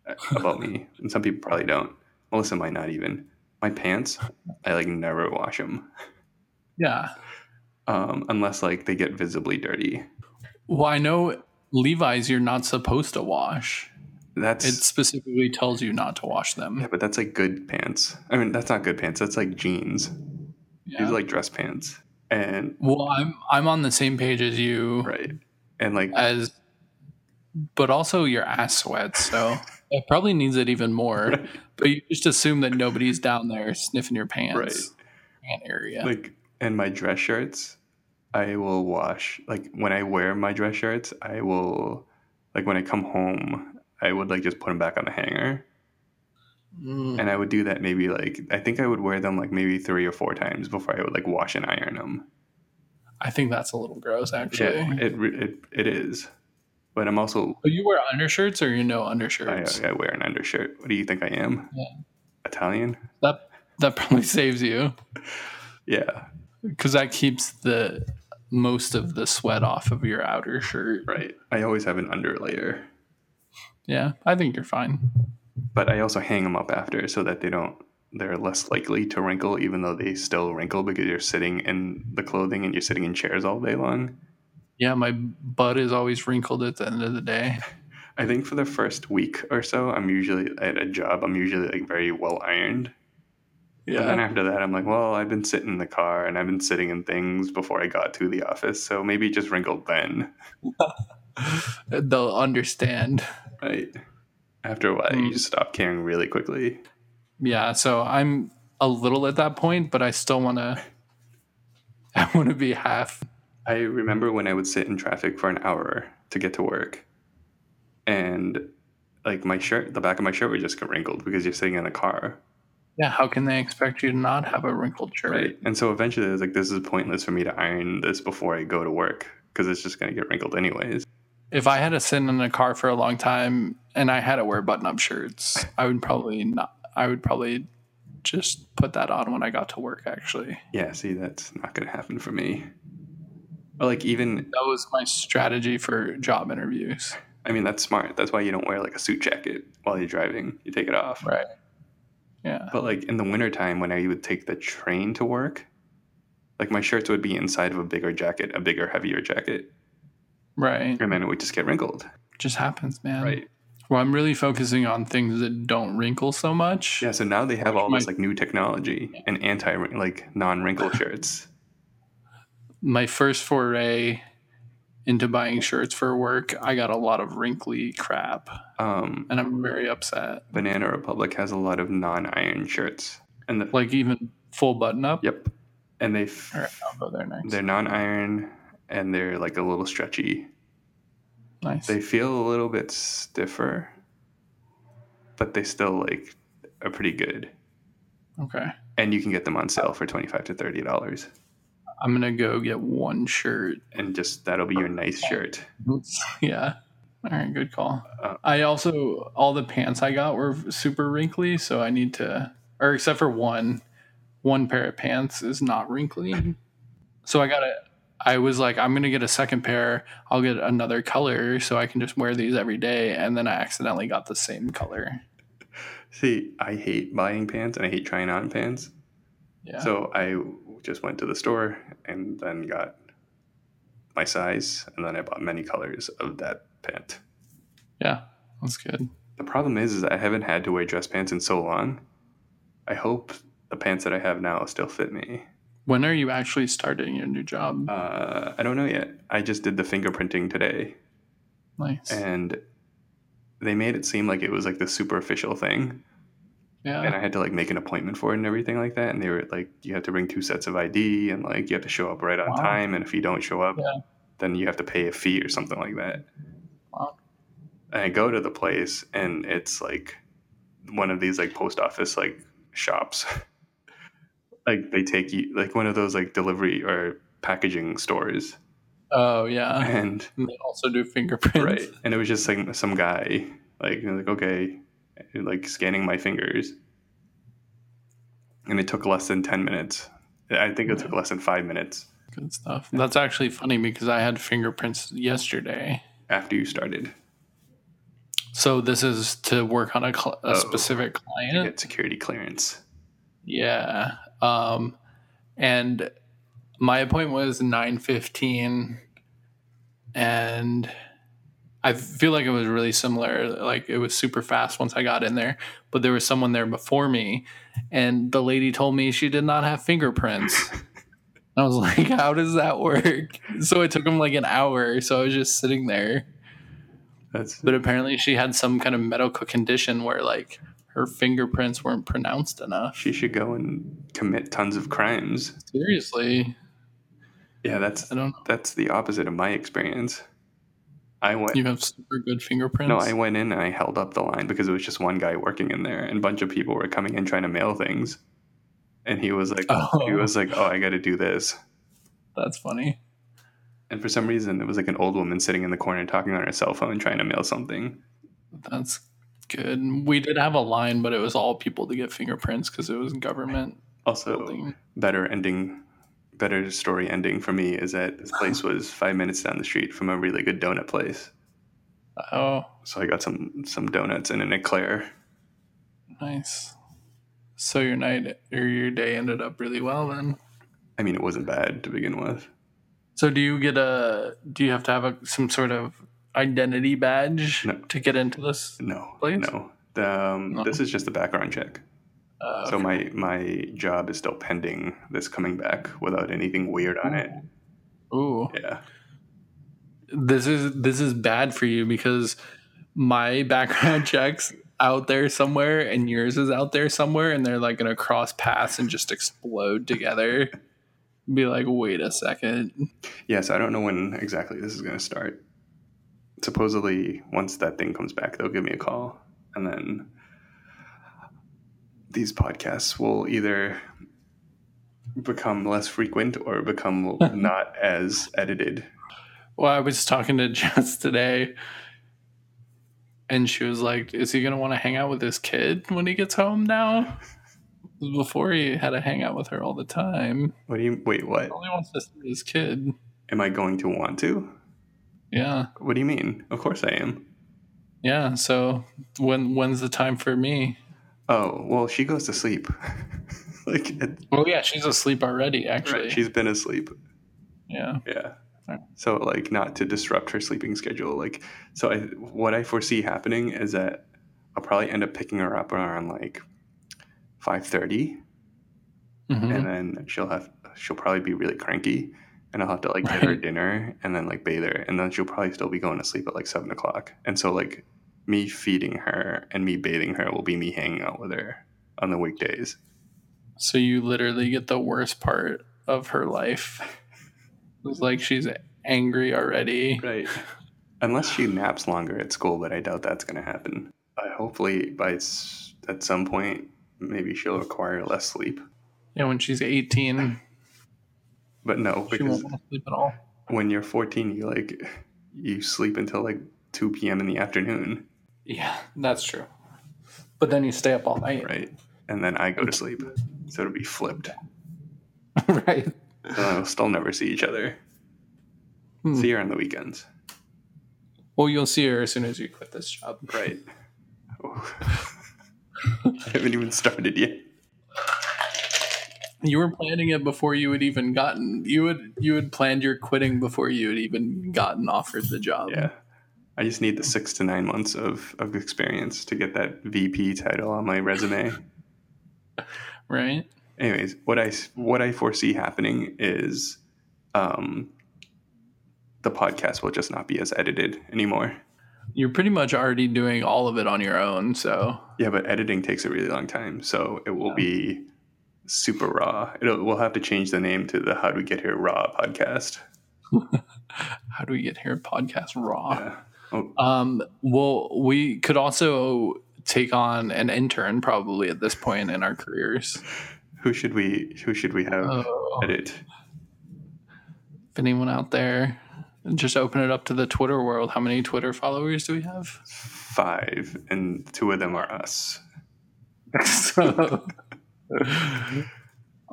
uh, about me, and some people probably don't. Melissa might not even. My pants, I like never wash them
Yeah.
um, unless like they get visibly dirty.
Well, I know Levi's you're not supposed to wash.
That's
It specifically tells you not to wash
yeah,
them.
but that's like good pants. I mean, that's not good pants. That's like jeans. These
Yeah.
are like dress pants, and
well, I'm I'm on the same page as you
right, and like
as but also your ass sweats, so it probably needs it even more. But you just assume that nobody's down there sniffing your pants pant area.
like and my dress shirts i will wash like when i wear my dress shirts i will like when i come home i would like just put them back on the hanger
Mm.
and i would do that maybe like i think i would wear them like maybe three or four times before i would like wash and iron them
I think that's a little gross actually.
yeah it, re- it it is but i'm also
But you wear undershirts or you know
I,
undershirts?
I wear an undershirt what do you think i am
Yeah.
italian
That that probably saves you
yeah
because that keeps the most of the sweat off of your outer shirt.
right i always have an underlayer
Yeah, I think you're fine.
but I also hang them up after so that they don't they're less likely to wrinkle even though they still wrinkle because you're sitting in the clothing and you're sitting in chairs all day long.
Yeah, my butt is always wrinkled at the end of the day.
I think for the first week or so, I'm usually at a job, I'm usually like very well ironed. And then after that, I'm like, well, I've been sitting in the car and I've been sitting in things before I got to the office, so maybe it just wrinkled then.
they'll understand.
Right. After a while, you just stop caring really quickly.
Yeah, so I'm a little at that point, but I still want to. I want to be half.
I remember when I would sit in traffic for an hour to get to work, and like my shirt, the back of my shirt would just get wrinkled because you're sitting in the car,
Yeah, how can they expect you to not have a wrinkled shirt?
right? And so eventually, I was like, "This is pointless for me to iron this before I go to work because it's just gonna get wrinkled anyways."
if I had to sit in a car for a long time and I had to wear button-up shirts, I would probably not. I would probably just put that on when I got to work. Actually,
Yeah, see, that's not gonna happen for me. Or like even,
that was my strategy for job interviews.
I mean, that's smart. That's why you don't wear like a suit jacket while you're driving. You take it off.
Right. Yeah.
But like in the wintertime when I would take the train to work, like my shirts would be inside of a bigger jacket, a bigger, heavier jacket.
Right.
and then it would just get wrinkled.
Just happens, man. Well, I'm really focusing on things that don't wrinkle so much.
Yeah. So now they have all this
Right.
like new technology and anti like non wrinkle shirts.
My first foray into buying shirts for work, I got a lot of wrinkly crap,
Um,
and I'm very upset.
Banana Republic has a lot of non iron shirts, and the
Like even full button up.
yep, and they f-
All right, um, I'll go there next.
they're non iron and they're like a little stretchy.
nice.
They feel a little bit stiffer, but they still like are pretty good.
okay.
And you can get them on sale for twenty five to thirty dollars,
I'm gonna go get one shirt.
and just that'll be your nice shirt.
yeah. All right, good call.
Uh,
I also all the pants I got were super wrinkly, so I need to or except for one, one pair of pants is not wrinkly. So I got it. I was like, I'm gonna get a second pair. I'll get another color so I can just wear these every day. And then I accidentally got the same color.
See, I hate buying pants and I hate trying on pants.
Yeah.
So I just went to the store and then got my size, and then I bought many colors of that pant.
yeah, that's good.
The problem is, is I haven't had to wear dress pants in so long. I hope the pants that I have now still fit me.
When are you actually starting your new job?
Uh, I don't know yet. I just did the fingerprinting today,
nice.
and they made it seem like it was like the super official thing, and
Yeah.
I had to like make an appointment for it and everything like that. And they were like, you have to bring two sets of ID, and like you have to show up right on
Wow.
time, and if you don't show up,
Yeah.
then you have to pay a fee or something like that.
Wow.
and I go to the place and it's like one of these like post office like shops. like they take you like one of those like delivery or packaging stores.
Oh yeah.
And
And they also do fingerprints.
right. And it was just like some guy like you know, like okay like scanning my fingers. And it took less than ten minutes. I think it took less than five minutes
Good stuff. That's actually funny because I had fingerprints yesterday.
after you started
So this is to work on a, cl- a
Oh.
specific
to
client.
get security clearance.
Yeah. Um, and my appointment was nine fifteen, and I feel like it was really similar. Like it was super fast once I got in there, but there was someone there before me, and the lady told me she did not have fingerprints. I was like, "How does that work?" So it took him like an hour. So I was just sitting there.
That's
But apparently, she had some kind of medical condition where like her fingerprints weren't pronounced enough.
she should go and commit tons of crimes.
Seriously,
Yeah, that's
I don't know.
that's the opposite of my experience. I went
You have super good fingerprints.
no, I went in and I held up the line because it was just one guy working in there, and a bunch of people were coming in trying to mail things, and he was like,
Oh.
he was like, oh, I got to do this,
That's funny.
and for some reason it was like an old woman sitting in the corner talking on her cell phone trying to mail something.
That's good. We did have a line, but it was all people to get fingerprints because it was government
Also,
building.
better ending, better story ending for me is that this place was five minutes down the street from a really good donut place,
Oh,
so I got some some donuts and an eclair.
nice. So your night or your day ended up really well then.
I mean, it wasn't bad to begin with.
So do you get a? Do you have to have a, some sort of identity badge
No.
to get into this?
No,
Please?
no. The, um,
No.
This is just the background check.
Uh,
So my my job is still pending this coming back without anything weird on it.
ooh.
Yeah,
this is this is bad for you because my background checks out there somewhere and yours is out there somewhere and they're like gonna cross paths and just explode together be like wait a second
yeah. So I don't know when exactly this is going to start. Supposedly, once that thing comes back, they'll give me a call, and then these podcasts will either become less frequent or become not as edited.
well i was talking to jess today and she was like is he gonna want to hang out with his kid when he gets home now before he had to hang out with her all the time
What do you wait? What
he only wants to see his kid
am I going to want to?
yeah
What do you mean? Of course I am.
yeah so when when's the time for me
Oh, well, she goes to sleep. like, it,
Well, yeah, she's asleep already. Actually,
she's been asleep.
yeah,
Yeah.
Right.
So, like, not to disrupt her sleeping schedule. Like, so I, what I foresee happening is that I'll probably end up picking her up around like 5.30
Mhm.
and then she'll have, she'll probably be really cranky and I'll have to like get her
Right.
dinner and then like bathe her. And then she'll probably still be going to sleep at like seven o'clock. And so, like, me feeding her and me bathing her will be me hanging out with her on the weekdays.
so you literally get the worst part of her life. It's like she's angry already.
Right. Unless she naps longer at school, but I doubt that's going to happen. I hopefully, by s- at some point, maybe she'll require less sleep.
And when she's eighteen,
But no,
she
because
won't want to sleep at all.
when you're 14, you like you sleep until like 2 p.m. in the afternoon,
Yeah, that's true. But then you stay up all night.
right? and then I go to sleep. So it'll be flipped.
right.
Uh, we'll still never see each other.
Hmm.
See her on the weekends.
Well, you'll see her as soon as you quit this job.
Right. I haven't even started yet.
You were planning it before you had even gotten you had you had planned your quitting before you had even gotten offered the job.
Yeah. I just need the six to nine months of, of experience to get that VP title on my resume.
Right.
anyways, what I what I foresee happening is, um, the podcast will just not be as edited anymore.
You're pretty much already doing all of it on your own. So
Yeah, but editing takes a really long time, so it will be super raw. It'll, we'll have to change the name to the "How Do We Get Here Raw" podcast.
how do we get here? Podcast raw.
Yeah. Oh,
Um, well, we could also take on an intern probably at this point in our careers.
who should we who should we have
Oh,
edit?
if anyone out there, just open it up to the Twitter world. How many Twitter followers do we have?
Five, and two of them are us.
so,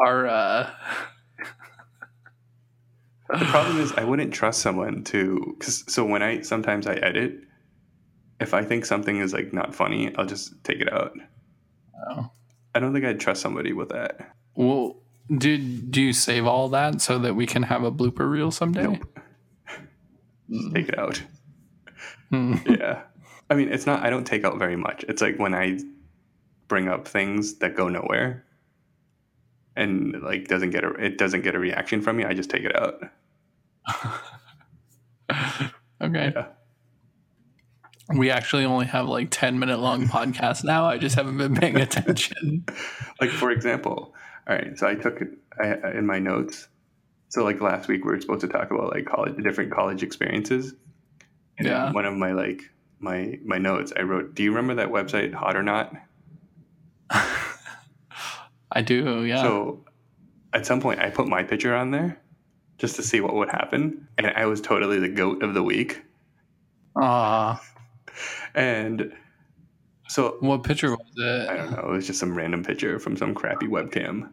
our uh,
the problem is I wouldn't trust someone to cause, so when I sometimes I edit if I think something is like not funny I'll just take it out
Oh.
I don't think I'd trust somebody with that
well, do do you save all that so that we can have a blooper reel someday?
Nope. Just take it out
Hmm.
yeah I mean it's not I don't take out very much it's like when I bring up things that go nowhere and like doesn't get a it doesn't get a reaction from me I just take it out
Okay.
Yeah.
We actually only have like 10 minute long podcasts now. I just haven't been paying attention.
like for example all right so i took it I, I- in my notes so like last week we were supposed to talk about like college different college experiences and in
Yeah.
one of my like my my notes i wrote do you remember that website hot or not
I do, yeah.
so at some point i put my picture on there just to see what would happen and i was totally the goat of the week
Ah,
and so
what picture was
i
it?
don't know it was just some random picture from some crappy webcam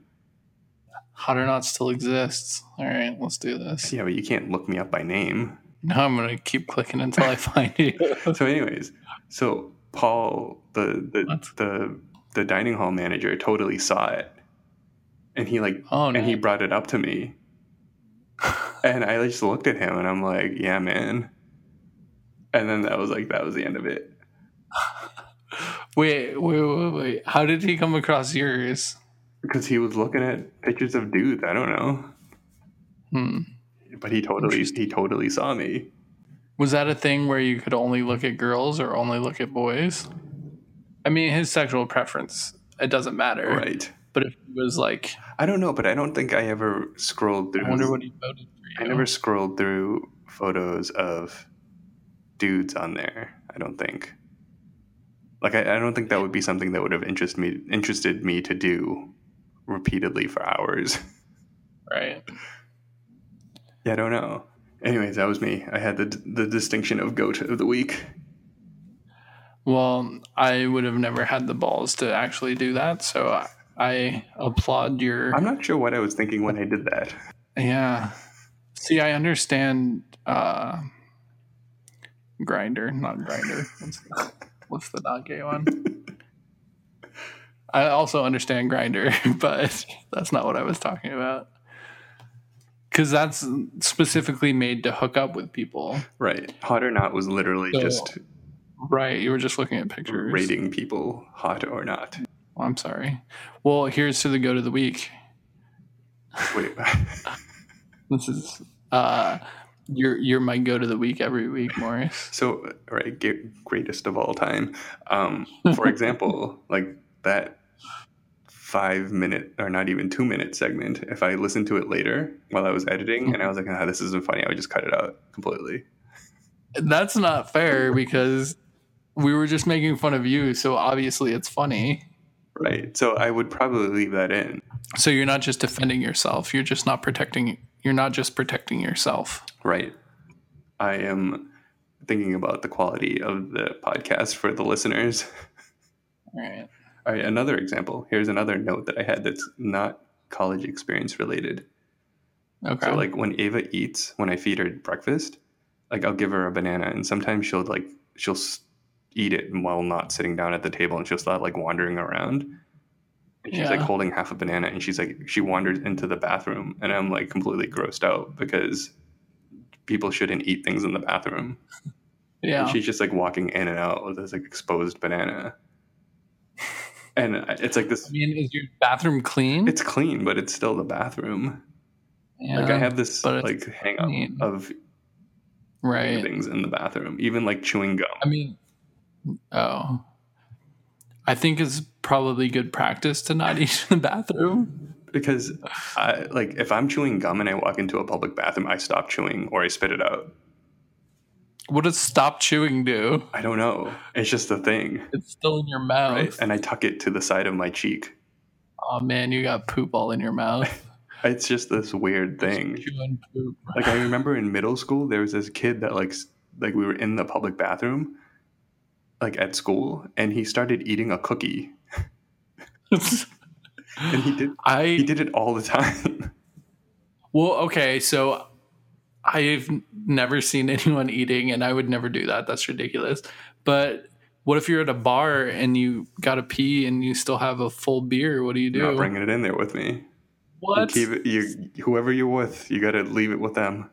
Hot or not still exists. All right, let's do this.
yeah but you can't look me up by name
Now I'm gonna keep clicking until I find you.
so anyways so paul the the,
What?
the the dining hall manager totally saw it and he like
Oh no!
and he brought it up to me and i just looked at him and i'm like yeah man and then that was like that was the end of it
wait, wait, wait, wait. How did he come across yours?
because he was looking at pictures of dudes i don't know
Hmm.
but he totally he totally saw me
Was that a thing where you could only look at girls or only look at boys? I mean, his sexual preference it doesn't matter.
right
But if he was like,
i don't know but i don't think i ever scrolled through
I wonder what he voted for.
I
You.
never scrolled through photos of dudes on there. I don't think. Like I, I don't think that would be something that would have interest me interested me to do repeatedly for hours.
right.
yeah, I don't know. Anyways, that was me. I had the the distinction of goat of the week.
Well, I would have never had the balls to actually do that. So I, I applaud your.
I'm not sure what I was thinking when I did that.
Yeah. See, I understand uh grinder, not grinder. What's, what's the not gay one? I also understand grinder, but that's not what I was talking about. Cause that's specifically made to hook up with people.
Right. Hot or not was literally
So-
just
Right. You were just looking at pictures.
rating people hot or not.
Well, Oh, I'm sorry. Well, here's to the go to the week.
Wait.
This is uh you're you're my go to the week every week, Morris.
So, all right, ge- greatest of all time. Um, for example, like that five minute or not even two minute segment, if I listened to it later while I was editing and I was like, ah, this isn't funny, I would just cut it out completely.
That's not fair because we were just making fun of you, so obviously it's funny.
Right. So I would probably leave that in.
So you're not just defending yourself, you're just not protecting you're not just protecting yourself.
Right. I am thinking about the quality of the podcast for the listeners.
All right.
I All right, another example. Here's another note that I had that's not college experience related.
Okay.
So like when Ava eats, when I feed her breakfast, like I'll give her a banana, and sometimes she'll like she'll s- eat it while not sitting down at the table, and she'll start like wandering around. And she's like
Yeah.
holding half a banana, and she's like she wanders into the bathroom, and I'm like completely grossed out because people shouldn't eat things in the bathroom.
yeah.
And she's just like walking in and out with this like exposed banana, and I- it's like
I
this.
mean, is your bathroom clean?
It's clean, but it's still the bathroom.
yeah.
Like I have this
but
like
it's
hang up
clean.
of
right.
things in the bathroom, even like chewing gum.
I mean, oh, I think it's probably good practice to not eat in the bathroom.
Because I like if I'm chewing gum and I walk into a public bathroom, I stop chewing or I spit it out.
What does stop chewing do?
I don't know. It's just a thing,
It's still in your mouth.
right? And I tuck it to the side of my cheek.
Oh man, you got poop all in your mouth.
It's just this weird thing.
Chewing poop.
Like I remember in middle school, there was this kid that like s- like we were in the public bathroom, like at school, and he started eating a cookie, and he did
I
he did it all the time.
well, okay, so I've n- never seen anyone eating, and I would never do that. That's ridiculous. But what if you're at a bar and you got to pee and you still have a full beer? What do you do?
Not bringing it in there with me. You
what?
keep it, you whoever you're with, you got to leave it with them.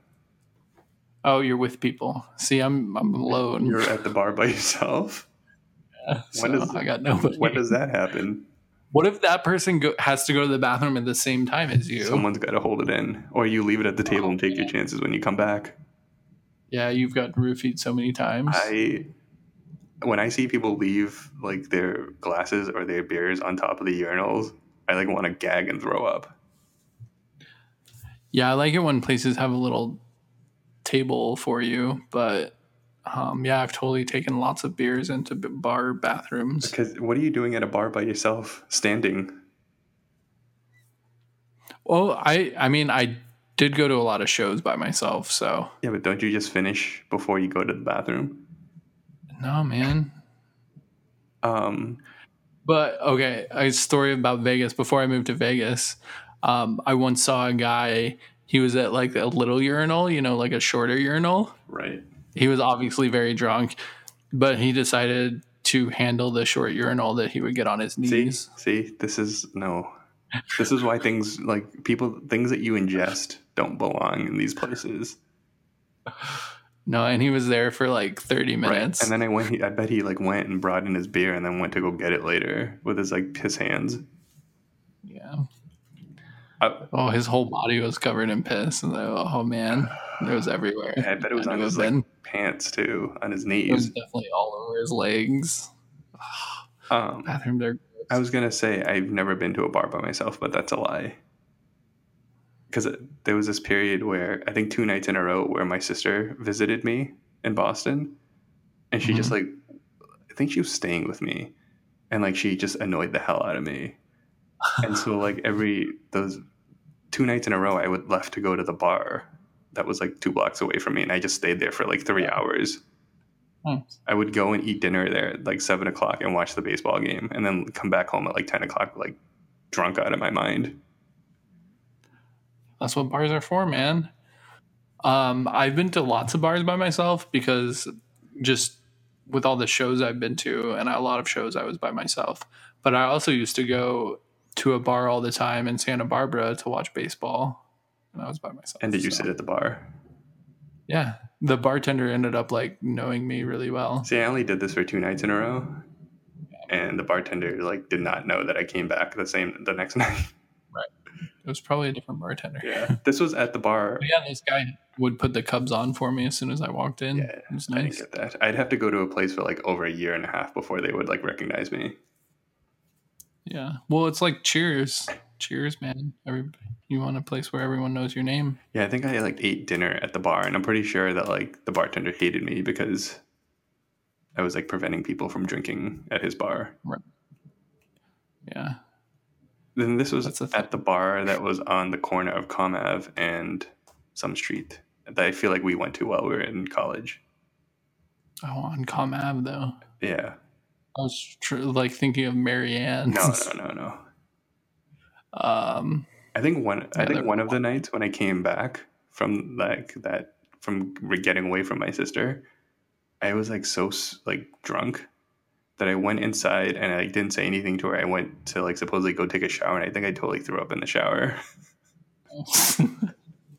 Oh, you're with people. See, I'm I'm alone.
You're at the bar by yourself.
so
does-
I got nobody.
When does that happen?
what if that person go, has to go to the bathroom at the same time as you?
Someone's got to hold it in, or you leave it at the table and take your chances when you come back.
yeah, you've got roofied so many times.
I, when I see people leave like their glasses or their beers on top of the urinals, I like want to gag and throw up.
yeah, I like it when places have a little table for you, but um, yeah, I've totally taken lots of beers into b- bar bathrooms.
Because what are you doing at a bar by yourself, standing?
Well, I I mean I did go to a lot of shows by myself, so
Yeah, but don't you just finish before you go to the bathroom?
no man.
Um,
But okay, a story about Vegas. Before I moved to Vegas, um, I once saw a guy. He was at like a little urinal, you know, like a shorter urinal.
right.
He was obviously very drunk, but he decided to handle the short urinal that he would get on his
See,
knees.
see, this is no. This is why things like people, things that you ingest don't belong in these places.
No, and he was there for like thirty minutes.
And then I went. He, I bet he like went and brought in his beer, and then went to go get it later with his like his hands.
yeah.
I,
Oh, his whole body was covered in piss, and oh oh, man, it was everywhere.
I bet it was
I
on
knew
his
it then.
like pants too, on his
It was
knees.
definitely all over his legs.
Um,
Bathroom there.
I was gonna say I've never been to a bar by myself, but that's a lie. Because there was this period where I think two nights in a row where my sister visited me in Boston, and she just like, I think she was staying with me, and like she just annoyed the hell out of me, and so like every those two nights in a row I would left to go to the bar that was like two blocks away from me, and I just stayed there for like three hours.
Hmm.
I would go and eat dinner there at like seven o'clock and watch the baseball game, and then come back home at like ten o'clock, like drunk out of my mind.
That's what bars are for, man. Um, I've been to lots of bars by myself because just with all the shows I've been to and a lot of shows I was by myself. But I also used to go to a bar all the time in Santa Barbara to watch baseball, and I was by myself.
And did you
so-
sit at the bar?
Yeah, the bartender ended up like knowing me really well.
See, I only did this for two nights in a row, and the bartender like did not know that I came back the same the next night.
It was probably a different bartender.
Yeah, this was at the bar.
But yeah, this guy would put the Cubs on for me as soon as I walked in.
Yeah,
it was
I didn't
nice.
get that. I'd have to go to a place for like over a year and a half before they would like recognize me.
Yeah. Well, it's like Cheers. Cheers, man. Everybody, you want a place where everyone knows your name?
Yeah, I think I like ate dinner at the bar, and I'm pretty sure that like the bartender hated me because I was like preventing people from drinking at his bar.
Yeah.
Then this was
That's the thing.
at the bar that was on the corner of Comav and some street that I feel like we went to while we were in college.
Oh, on Com Ave though.
Yeah,
I was tr- like thinking of Marianne.
No, no, no, no.
Um,
I think one. I
Yeah,
think
they're-
one of the nights when I came back from like that from re- getting away from my sister, I was like so s- like drunk that I went inside and I like, didn't say anything to her. I went to like supposedly go take a shower, and I think I totally threw up in the shower.
Um,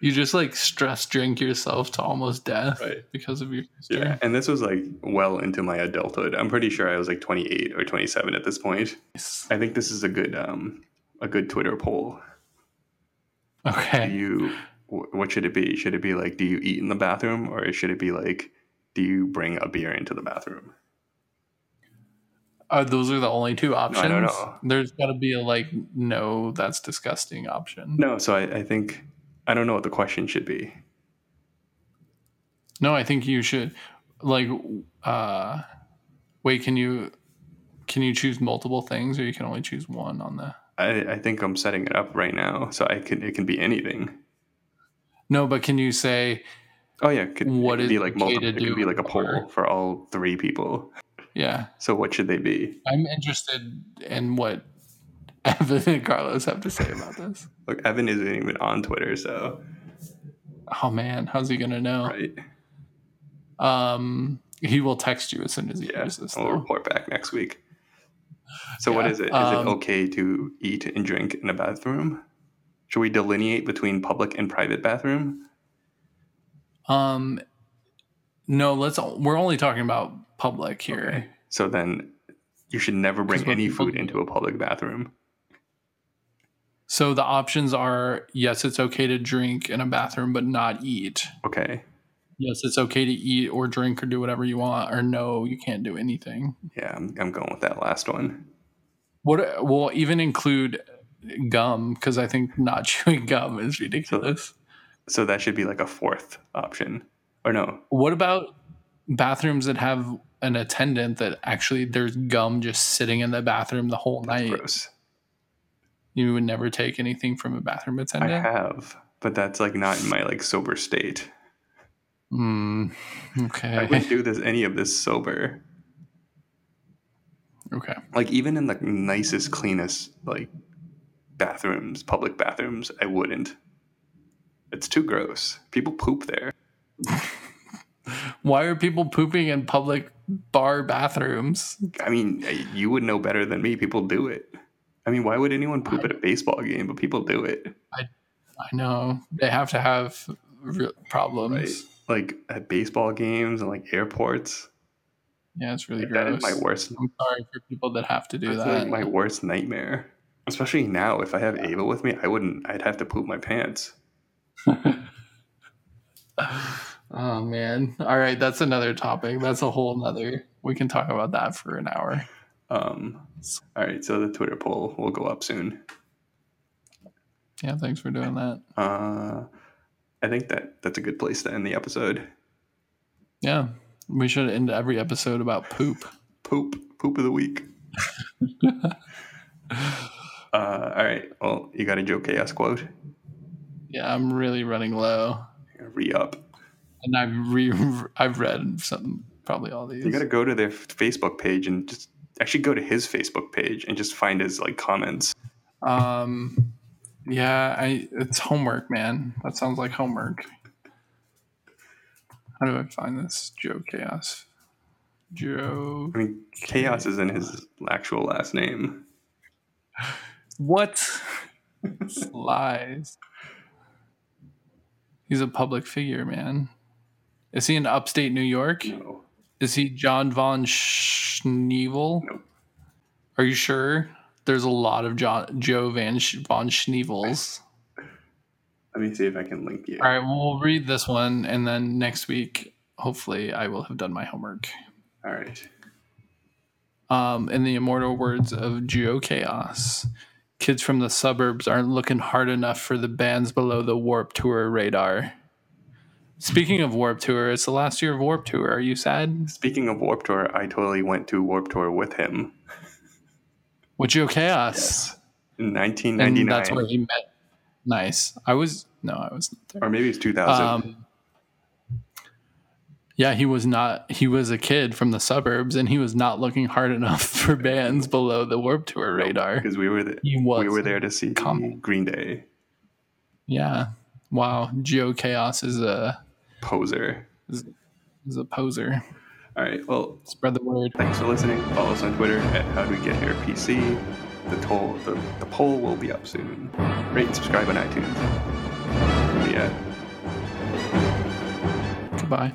you just like stress drink yourself to almost death
Right.
because of your
Yeah.
sister.
And this was like well into my adulthood. I'm pretty sure I was like 28 or 27 at this point.
Nice.
I think this is a good um a good Twitter poll. Do
Okay.
you wh- what should it be? Should it be like do you eat in the bathroom or should it be like do you bring a beer into the bathroom?
Are those are the only two options?
don't know.
There's got to be a like no, that's disgusting option.
No, so I, I think I don't know what the question should be.
No, I think you should like uh wait, can you can you choose multiple things or you can only choose one on the
I, I think I'm setting it up right now, so I can it can be anything.
No, but can you say
Oh yeah, it could,
What
it could
is
be like
okay
multiple.
to
It
do
could be like a poll
or-
for all three people.
yeah,
So what should they be?
I'm interested in what Evan and Carlos have to say about this.
Look, Evan isn't even on Twitter, so
Oh man, how's he gonna know?
right.
Um, he will text you as soon as he
Yeah,
hears this.
and we'll
Though.
report back next week. So what
Oh. Yeah,
is it? Is
um,
it okay to eat and drink in a bathroom? Should we delineate between public and private bathroom?
Um, no, let's. We're only talking about public here.
So then you should never bring
Because we're
any
people-
food into a public bathroom.
So the options are: yes, it's okay to drink in a bathroom, but not eat.
Okay.
Yes, it's okay to eat or drink or do whatever you want. Or no, you can't do anything.
Yeah, I'm, I'm going with that last one.
What will even include gum? Because I think not chewing gum is ridiculous.
So that should be like a fourth option. Or no,
What about bathrooms that have an attendant that actually there's gum just sitting in the bathroom the whole night?
gross.
You would never take anything from a bathroom
I
attendant.
have, but that's like not in my like sober state.
Hmm.
I
okay.
wouldn't do this any of this sober.
okay.
like even in the nicest cleanest like bathrooms public bathrooms i wouldn't it's too gross people poop there
Why are people pooping in public bar bathrooms?
i mean I- you would know better than me people do it i mean why would anyone poop at a baseball game but people do it
I know they have to have real problems.
right like at baseball games and like airports
Yeah, it's really
Like, that
gross.
is my worst
I'm sorry for people that have to do
that's
that.
like my worst nightmare especially now if i have ava with me i wouldn't i'd have to poop my pants
oh man. All right, that's another topic. That's a whole nother. We can talk about that for an hour.
um all right so the twitter poll will go up soon
Yeah, thanks for doing that.
Uh, I think that that's a good place to end the episode.
Yeah. We should end every episode about poop.
Poop, poop of the week. uh, all right. Well, you got a Joe Chaos quote?
Yeah, I'm really running low.
Re up.
And I've re- I've read some probably all these.
You got to go to their Facebook page and just actually go to his Facebook page and just find his like comments.
Um, yeah, I it's homework, man. That sounds like homework. How do I find this Joe Chaos? Joe,
I mean, Chaos is in his actual last name.
what lies? He's a public figure, man. Is he in upstate New York?
No.
Is he John von Schneevel?
Nope.
Are you sure? There's a lot of John Joe Van Sch- von Schneevels.
Let me see if I can link you.
All right, we'll read this one, and then next week, hopefully, I will have done my homework.
All right.
Um, in the immortal words of Geo Chaos, kids from the suburbs aren't looking hard enough for the bands below the Warp Tour radar. Speaking of Warp Tour, it's the last year of Warp Tour. Are you sad?
Speaking of Warp Tour, I totally went to Warp Tour with him.
With Geo Chaos.
In
And that's
1999.
where he met. Nice. I was no, I was not there.
Or maybe it's 2000.
Um, Yeah, he was not. He was a kid from the suburbs, and he was not looking hard enough for bands below the Warp Tour radar.
because we were there.
He was.
We were there to see
Come.
Green Day
Yeah. Wow. Geo Chaos is a
poser.
is a poser.
All right. Well,
Spread the word.
thanks for listening. Follow us on Twitter at How Do We Get Here PC. The toll, the, the poll will be up soon. Rate and subscribe on iTunes. Yeah.
Goodbye.